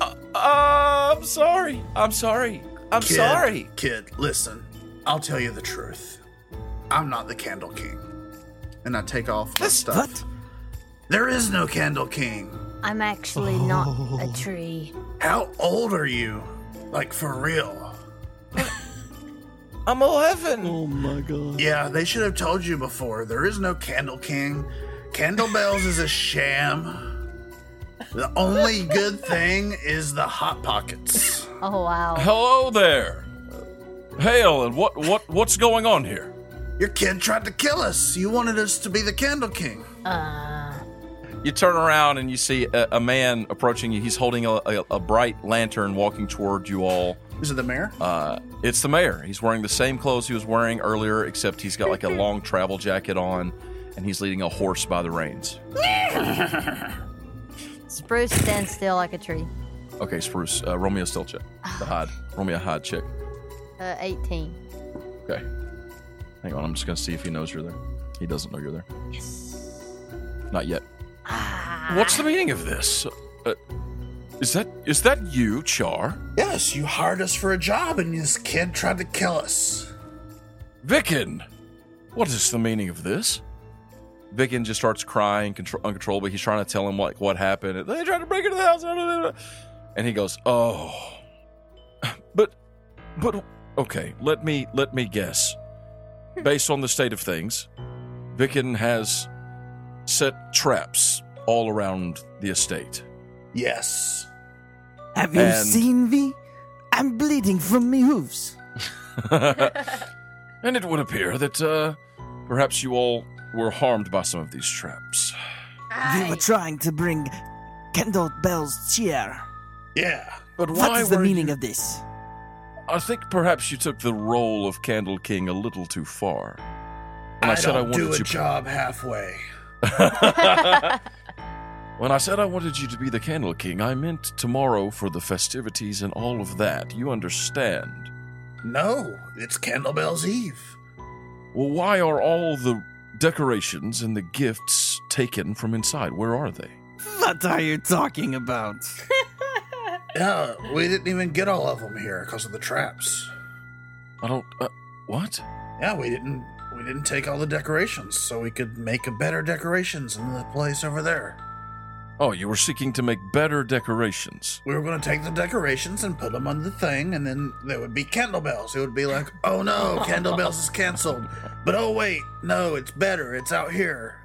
B: uh, uh, I'm sorry. I'm sorry. I'm
C: Kid,
B: sorry.
C: Kid, listen. I'll tell you the truth. I'm not the Candle King. And I take off my stuff.
E: What?
C: There is no Candle King.
F: I'm actually not
B: Oh.
F: a tree.
C: How old are you? Like, for real?
B: I'm all heaven.
E: Oh my god.
C: Yeah, they should have told you before. There is no Candle King. Candle Bells is a sham. The only good thing is the Hot Pockets.
D: Oh wow.
B: Hello there. Hail, and what, what, what's going on here?
C: Your kid tried to kill us. You wanted us to be the Candle King.
B: You turn around and you see a, a man approaching you. He's holding a, a, a bright lantern walking toward you all.
C: Is it the mayor?
B: Uh, it's the mayor. He's wearing the same clothes he was wearing earlier, except he's got like a long travel jacket on, and he's leading a horse by the reins.
D: Spruce stands still like a tree.
B: Okay, Spruce, uh, Romeo still check. The hide. Romeo hide check.
D: Uh, 18.
B: Okay. Hang on, I'm just going to see if he knows you're there. He doesn't know you're there. Yes. Not yet. What's the meaning of this? Uh, is that is that you, Char?
C: Yes, you hired us for a job and this kid tried to kill us.
B: Vicken, what is the meaning of this? Vicken just starts crying contro- uncontrollably. He's trying to tell him like what happened. They tried to break into the house, and he goes, "Oh, but, but okay. Let me let me guess. Based on the state of things, Vicken has set traps all around the estate.
C: Yes.
E: Have you
B: And-
E: seen me? I'm bleeding from me hooves.
B: and it would appear that uh, perhaps you all were harmed by some of these traps.
E: You were trying to bring Kendall Bell's cheer.
C: Yeah.
B: But why
E: What is the
B: were
E: meaning
B: you-
E: of this?
B: I think perhaps you took the role of Candle King a little too far. When
C: I,
B: I, said I
C: don't do a
B: wanted you.
C: job halfway.
B: when I said I wanted you to be the Candle King, I meant tomorrow for the festivities and all of that. You understand?
C: No, it's Candlebell's Eve.
B: Well, why are all the decorations and the gifts taken from inside? Where are they?
E: What are you talking about?
C: Yeah, we didn't even get all of them here because of the traps.
B: I don't. Uh, what?
C: Yeah, we didn't we didn't take all the decorations so we could make a better decorations in the place over there.
B: Oh, you were seeking to make better decorations.
C: We were going to take the decorations and put them on the thing, and then there would be candlebells. It would be like, oh no, candlebells is canceled. But oh wait, no, it's better. It's out here.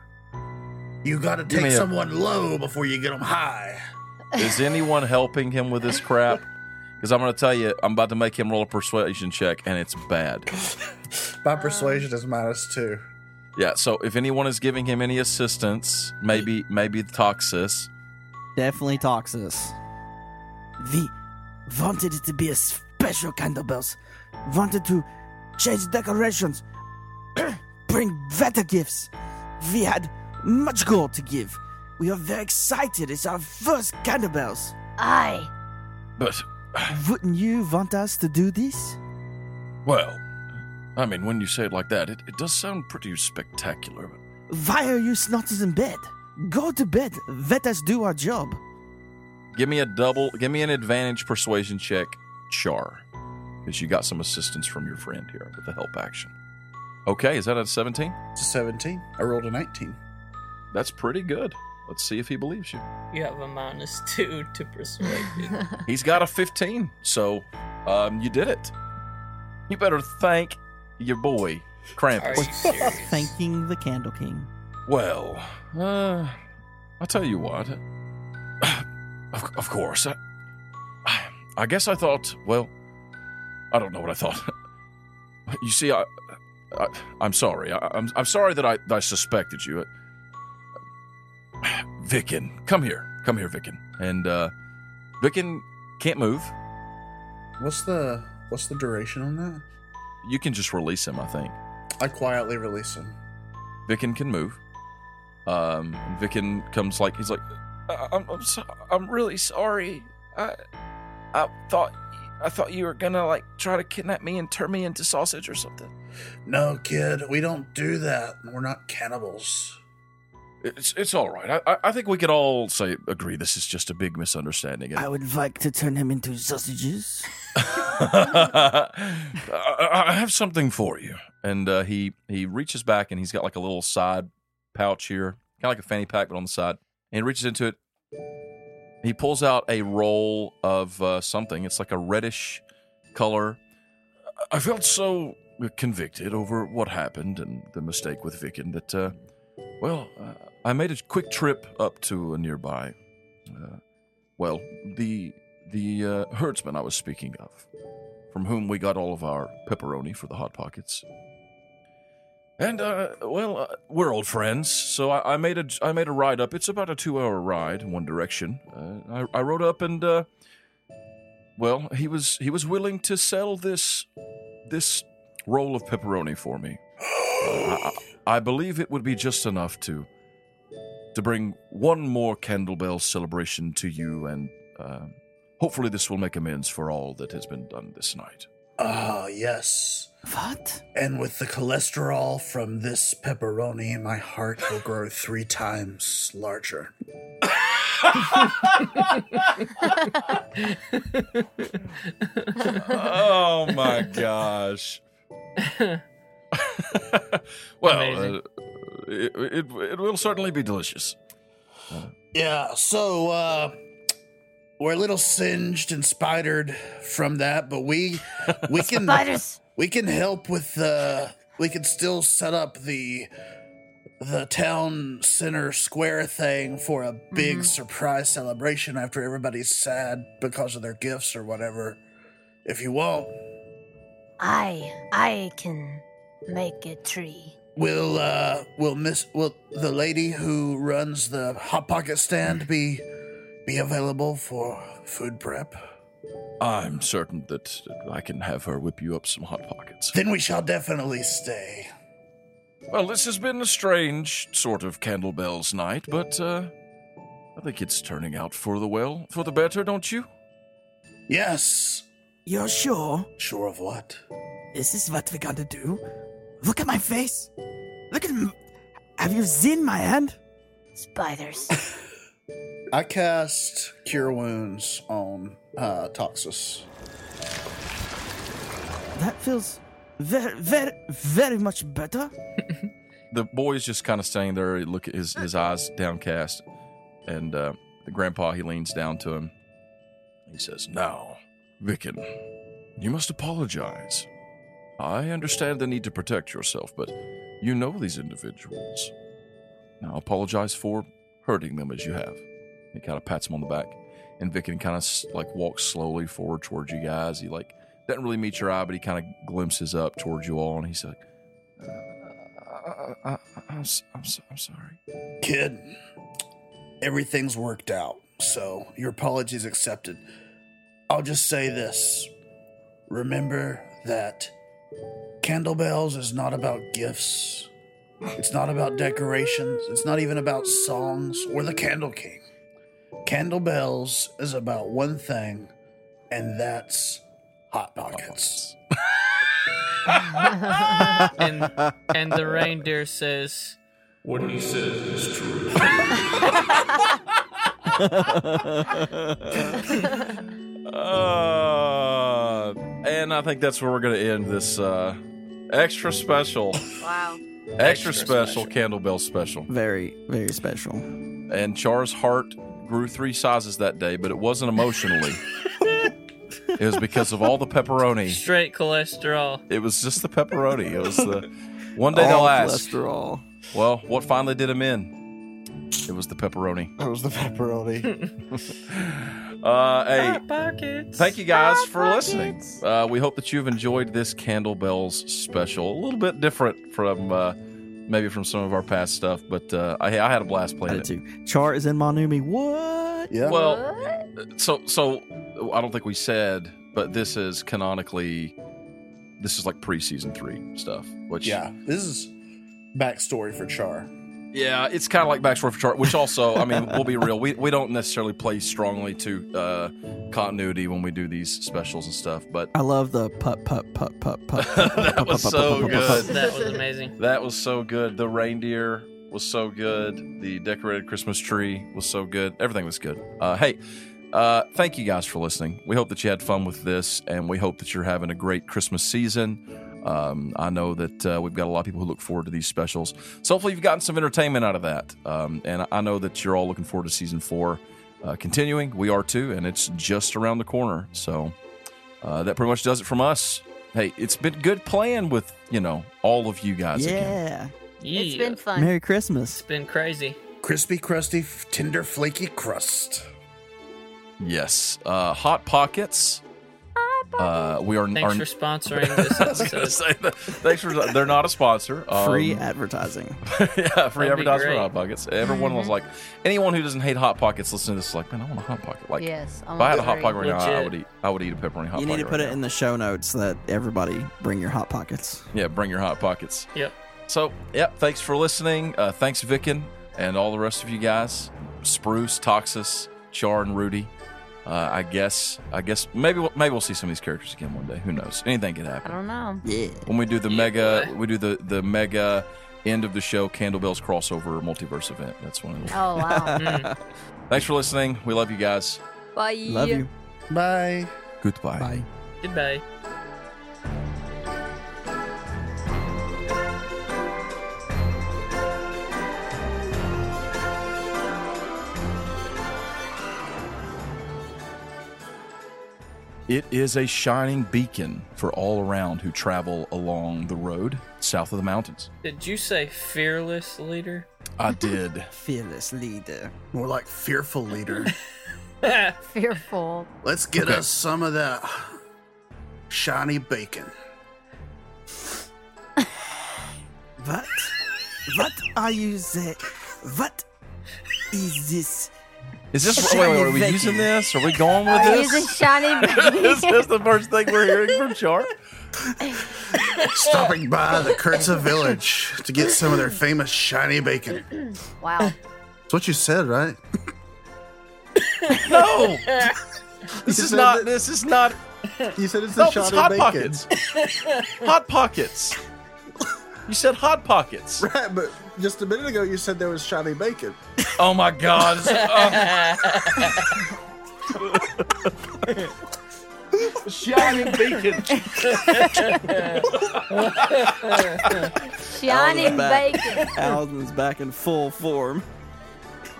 C: You got to
B: Give
C: take
B: me a-
C: someone low before you get them high.
B: Is anyone helping him with this crap? Because I'm going to tell you, I'm about to make him roll a persuasion check, and it's bad.
C: My persuasion is minus two.
B: Yeah. So if anyone is giving him any assistance, maybe maybe Toxis.
E: Definitely Toxus. We wanted it to be a special candlebells. Wanted to change decorations. Bring better gifts. We had much gold to give. We are very excited. It's our first candlebells.
F: I
B: But
E: Wouldn't you want us to do this?
B: well, I mean, when you say it like that, it, it does sound pretty spectacular. But
E: Why are you snotters in bed? Go to bed. Let us do our job.
B: give me a double. Give me an advantage persuasion check, Char, because you got some assistance from your friend here with the help action. Okay, is that a 17?
C: It's a 17. I rolled a 19.
B: That's pretty good. Let's see if he believes you.
A: You have a minus two to persuade.
B: He's got a 15, so um, you did it. You better thank your boy,
A: Are
B: Krampus.
A: you serious?
E: Thanking the Candle King.
B: Well, uh, I'll tell you what. Of, of course. I, I guess I thought, well, I don't know what I thought. You see, I, I, I'm sorry. I, I'm, I'm sorry that I, I suspected you. Vicken, come here. Come here, Vicken. And uh, Vicken can't move.
C: What's the what's the duration on that?
B: You can just release him, I think.
C: I quietly release him.
B: Vicken can move. Um, and Vicken comes like he's like, I- I'm I'm, so- I'm really sorry. I I thought I thought you were gonna like try to kidnap me and turn me into sausage or something.
C: No, kid, we don't do that. We're not cannibals.
B: It's it's all right. I I- I think we could all say agree this is just a big misunderstanding.
E: I would like to turn him into sausages.
B: I, I- I have something for you. And uh, he he reaches back and he's got like a little side pouch here, kind of like a fanny pack, but on the side. And he reaches into it. He pulls out a roll of uh, something. It's like a reddish color. I felt so convicted over what happened and the mistake with Vicken that, uh, well, uh, I made a quick trip up to a nearby, uh, well, the the uh, herdsman I was speaking of, from whom we got all of our pepperoni for the hot pockets. And uh, well, uh, we're old friends, so I, I made a I made a ride up. It's about a two-hour ride in one direction. Uh, I, I rode up, and uh, well, he was he was willing to sell this this roll of pepperoni for me. Uh, I, I believe it would be just enough to to bring one more candlebell celebration to you, and uh, hopefully this will make amends for all that has been done this night.
C: Ah, yes.
E: What?
C: And with the cholesterol from this pepperoni, my heart will grow three times larger.
B: oh my gosh. well, uh,
A: Amazing.
B: it, it, it will certainly be delicious.
C: Yeah, so uh we're a little singed and spidered from that, but we we can
F: Spiders!
C: we can help with the we can still set up the the town center square thing for a big surprise celebration after everybody's sad because of their gifts or whatever. If you want,
F: I I can make a tree.
C: will uh will miss will the lady who runs the hot pocket stand be be available for food prep?
B: I'm certain that I can have her whip you up some hot pockets.
C: Then we shall definitely stay.
B: Well, this has been a strange sort of Candlebell's night, but uh, I think it's turning out for the well, for the better, don't you?
C: Yes.
E: You're sure
C: Sure of what?
E: this is what we gotta do? Look at my face. Look at. m- Have you seen my hand?
F: Spiders.
C: I cast Cure Wounds on uh, Toxus.
E: That feels very, very, very much better.
B: The boy's just kind of standing there. He Look at his his eyes downcast, and uh, the grandpa he leans down to him. He says, "Now, Vicken, you must apologize. I understand the need to protect yourself, but you know these individuals. Now, apologize for hurting them as you have." He kind of pats him on the back, and Vicken kind of like walks slowly forward towards you guys. He like doesn't really meet your eye, but he kind of glimpses up towards you all, and he's like. I, I, Uh, I'm, s- I'm, s- I'm sorry.
C: Kid, everything's worked out, so your apologies accepted. I'll just say this. Remember that Candlebells is not about gifts. It's not about decorations. It's not even about songs or the Candle King. Candlebells is about one thing, and that's hot pockets.
A: And and the reindeer says,
H: What he says is true.
B: Uh, and I think that's where we're going to end this uh, extra special,
D: Wow.
B: extra special Candlebell special.
E: Very, very special.
B: And Char's heart grew three sizes that day, but it wasn't emotionally. it was because of all the pepperoni.
A: "Straight cholesterol."
B: It was just the pepperoni. It was the one day they'll ask.
E: cholesterol.
B: Well, what finally did him in? It was the pepperoni.
C: That was the pepperoni.
B: Uh, hey,
A: Hot pockets.
B: Thank you guys for listening. Uh, we hope that you've enjoyed this Candlebells special. A little bit different from uh, maybe from some of our past stuff, but uh, I, I had a blast playing it.
E: Attitude. Char is in Manumi. What?
C: yeah.
B: Well, so so I don't think we said, but this is canonically this is like pre-season three stuff. Which
C: yeah. This is backstory for Char.
B: yeah, it's kind of like backstory for chart. Which also, I mean, we'll be real. We we don't necessarily play strongly to uh, continuity when we do these specials and stuff, but
E: I love the putt, putt, putt, putt, putt.
B: that was so good.
A: That was amazing.
B: That was so good. The reindeer was so good. The decorated Christmas tree was so good. Everything was good. Uh, hey, uh, thank you guys for listening. We hope that you had fun with this, and we hope that you're having a great Christmas season. Um, I know that uh, we've got a lot of people who look forward to these specials. So hopefully you've gotten some entertainment out of that. Um, and I know that you're all looking forward to season four uh, continuing. We are too, and it's just around the corner. So uh, that pretty much does it from us. Hey, it's been good playing with, you know, all of you guys again.
I: Yeah.
A: Yeah.
G: It's been fun.
I: Merry Christmas.
A: It's been crazy.
C: Crispy, crusty, f- tender, flaky crust.
B: Yes. Uh, Hot Pockets. Uh, we are,
A: Thanks
B: are
A: for sponsoring this episode.
B: say that. Thanks for they're not a sponsor. Um,
I: Free advertising.
B: yeah, free
A: That'd be
B: advertising for
A: great.
B: hot pockets. Everyone was like, anyone who doesn't hate hot pockets, listen to this. Is like, man, I want a hot pocket. Like,
G: yes.
B: if I had a hot pocket right now, I
A: Legit.
B: would eat. I would eat a pepperoni hot.
I: you need
B: pocket
I: to put
B: right
I: it in the show notes so that everybody bring your hot pockets.
B: now. Yeah, bring your hot pockets.
A: yep.
B: So, yep. Thanks for listening. Uh, thanks, Vicken, and all the rest of you guys. Spruce, Toxus, Char, and Rudy. Uh, I guess. I guess maybe we'll, maybe we'll see some of these characters again one day. Who knows? Anything could happen.
G: I don't know.
I: Yeah.
B: when we do the
A: Yeah,
B: mega
A: boy.
B: we do the the mega end of the show candlebells crossover multiverse event that's one of the
G: Oh wow.
A: Mm.
B: thanks for listening we love you guys
G: Bye.
I: Love you.
C: Bye.
B: goodbye
I: Bye.
A: Goodbye.
B: it is a shining beacon for all around who travel along the road south of the mountains
A: Did you say fearless leader?
B: i did
I: Fearless leader.
C: More like fearful leader.
G: Fearful.
C: Let's get
B: Okay.
C: us some of that shiny bacon.
I: What? what are you saying? What is this?
B: is this wait, wait, are we
I: Shiny
B: using
I: beacon.
B: this are we going with
G: Are you using
B: this
G: shiny
B: is
G: baby?
B: this the first thing we're hearing from char
C: Stopping by the Kurtza village to get some of their famous shiny bacon.
G: wow.
C: That's what you said, right?
B: no this is
C: said
B: not
C: that-
B: this is not
C: You said it's
B: no, it's hot pockets hot pockets you said hot pockets
E: Right, but just a minute ago you said there was shiny bacon.
B: Oh my god. oh, Shining beacon.
G: Shiny
I: back.
G: bacon.
I: Alden's back in full form.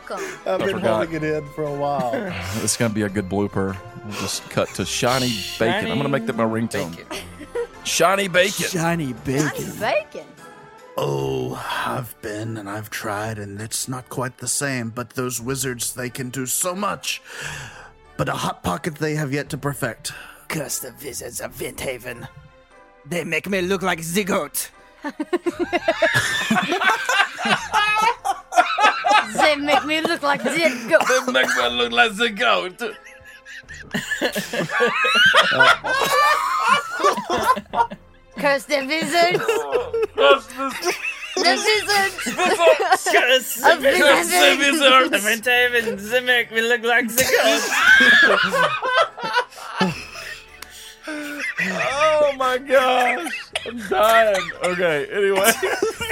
G: Come.
E: I've been
B: forgot.
E: holding it in for a while.
B: This is gonna be a good blooper. We'll just cut to shiny bacon. I'm gonna make that my ringtone. Shiny bacon.
I: Shiny bacon.
G: Bacon.
C: Oh, I've been and I've tried, and it's not quite the same, but those wizards, they can do so much. But a hot pocket they have yet to perfect.
I: Curse the wizards of Vinthaven. They make me look like Zigot.
G: They make me look like zip. Go.
B: Make me look like a goat.
G: Curse the wizards. The wizards.
A: Curse
G: Of
A: the-
G: Curse the
A: the Ventaven. They make me look like the ghost.
B: Oh my gosh. I'm dying. Okay, anyway.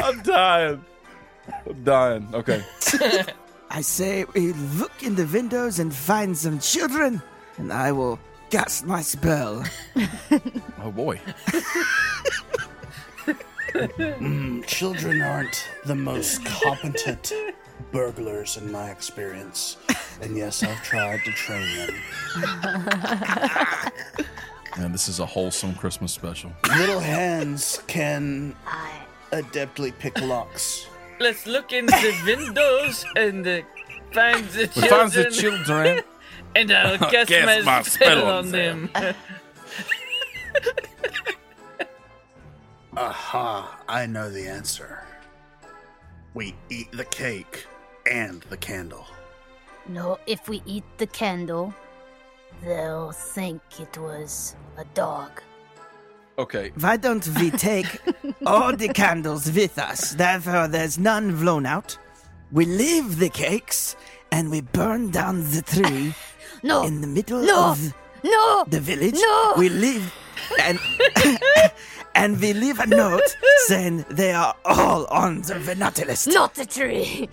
B: I'm dying. I'm dying. Okay.
I: I say we look in the windows and find some children, and I will cast my spell.
B: Oh boy.
C: Children aren't the most competent burglars in my experience. And yes, I've tried to train them.
B: Man, this is a wholesome Christmas special.
C: Little hands can adeptly pick locks.
A: Let's look in the windows and uh, find the
B: We find the
A: children.
B: children.
A: and I'll cast,
B: Cast
A: my, spell,
B: my spell
A: on
B: on
A: them.
C: Aha, I know the answer. We eat the cake and the candle.
F: No, if we eat the candle, they'll think it was a dog.
B: Okay.
I: Why don't we take all the candles with us? Therefore, there's none blown out. We leave the cakes and we burn down the tree
F: No,
I: in the middle
F: No.
I: of
F: no!
I: the village.
F: No.
I: We leave and and we leave a note saying they are all on the Venatalist.
F: Not the tree!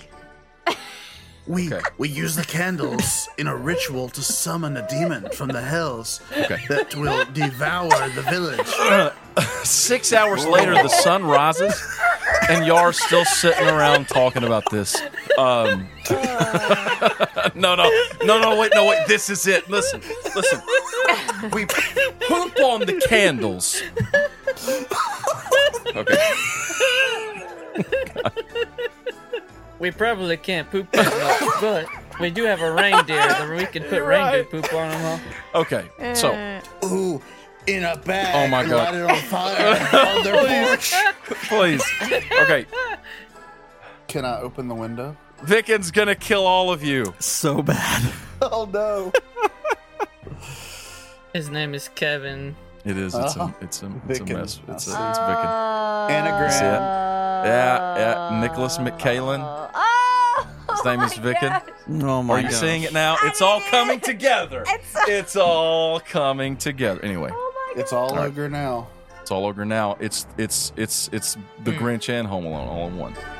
C: We
B: Okay.
C: we use the candles in a ritual to summon a demon from the hells
B: Okay.
C: that will devour the village.
B: Six hours later, the sun rises, and Yar's still sitting around talking about this. Um, no, no, no, no, wait, no, wait. This is it. Listen, listen. we poop on the candles. Okay.
A: We probably can't poop on them all, but we do have a reindeer that we can put reindeer poop on them all.
B: Okay. So
C: Ooh, in a bag.
B: Oh my
C: and
B: God.
C: Light it on fire on their porch.
B: please. Okay.
J: Can I open the window?
B: Vicken's gonna kill all of you.
E: So bad.
J: Oh no!
A: His name is Kevin.
B: It is. It's
E: Uh-huh.
B: a. It's a. It's a
J: Vicken.
B: mess. It's a. It's Vicken.
D: Uh,
B: That's it.
J: Anagram.
B: Yeah. Yeah. Nicholas McCalen.
D: Oh,
B: His name is
D: my
B: Vicken.
D: gosh.
E: Oh my
B: Are you
E: gosh.
B: seeing it now? It's all coming together. It's, all coming together. Anyway,
J: It's all
B: right.
J: over now.
B: it's all over now. It's it's it's it's the Grinch and Home Alone all in one.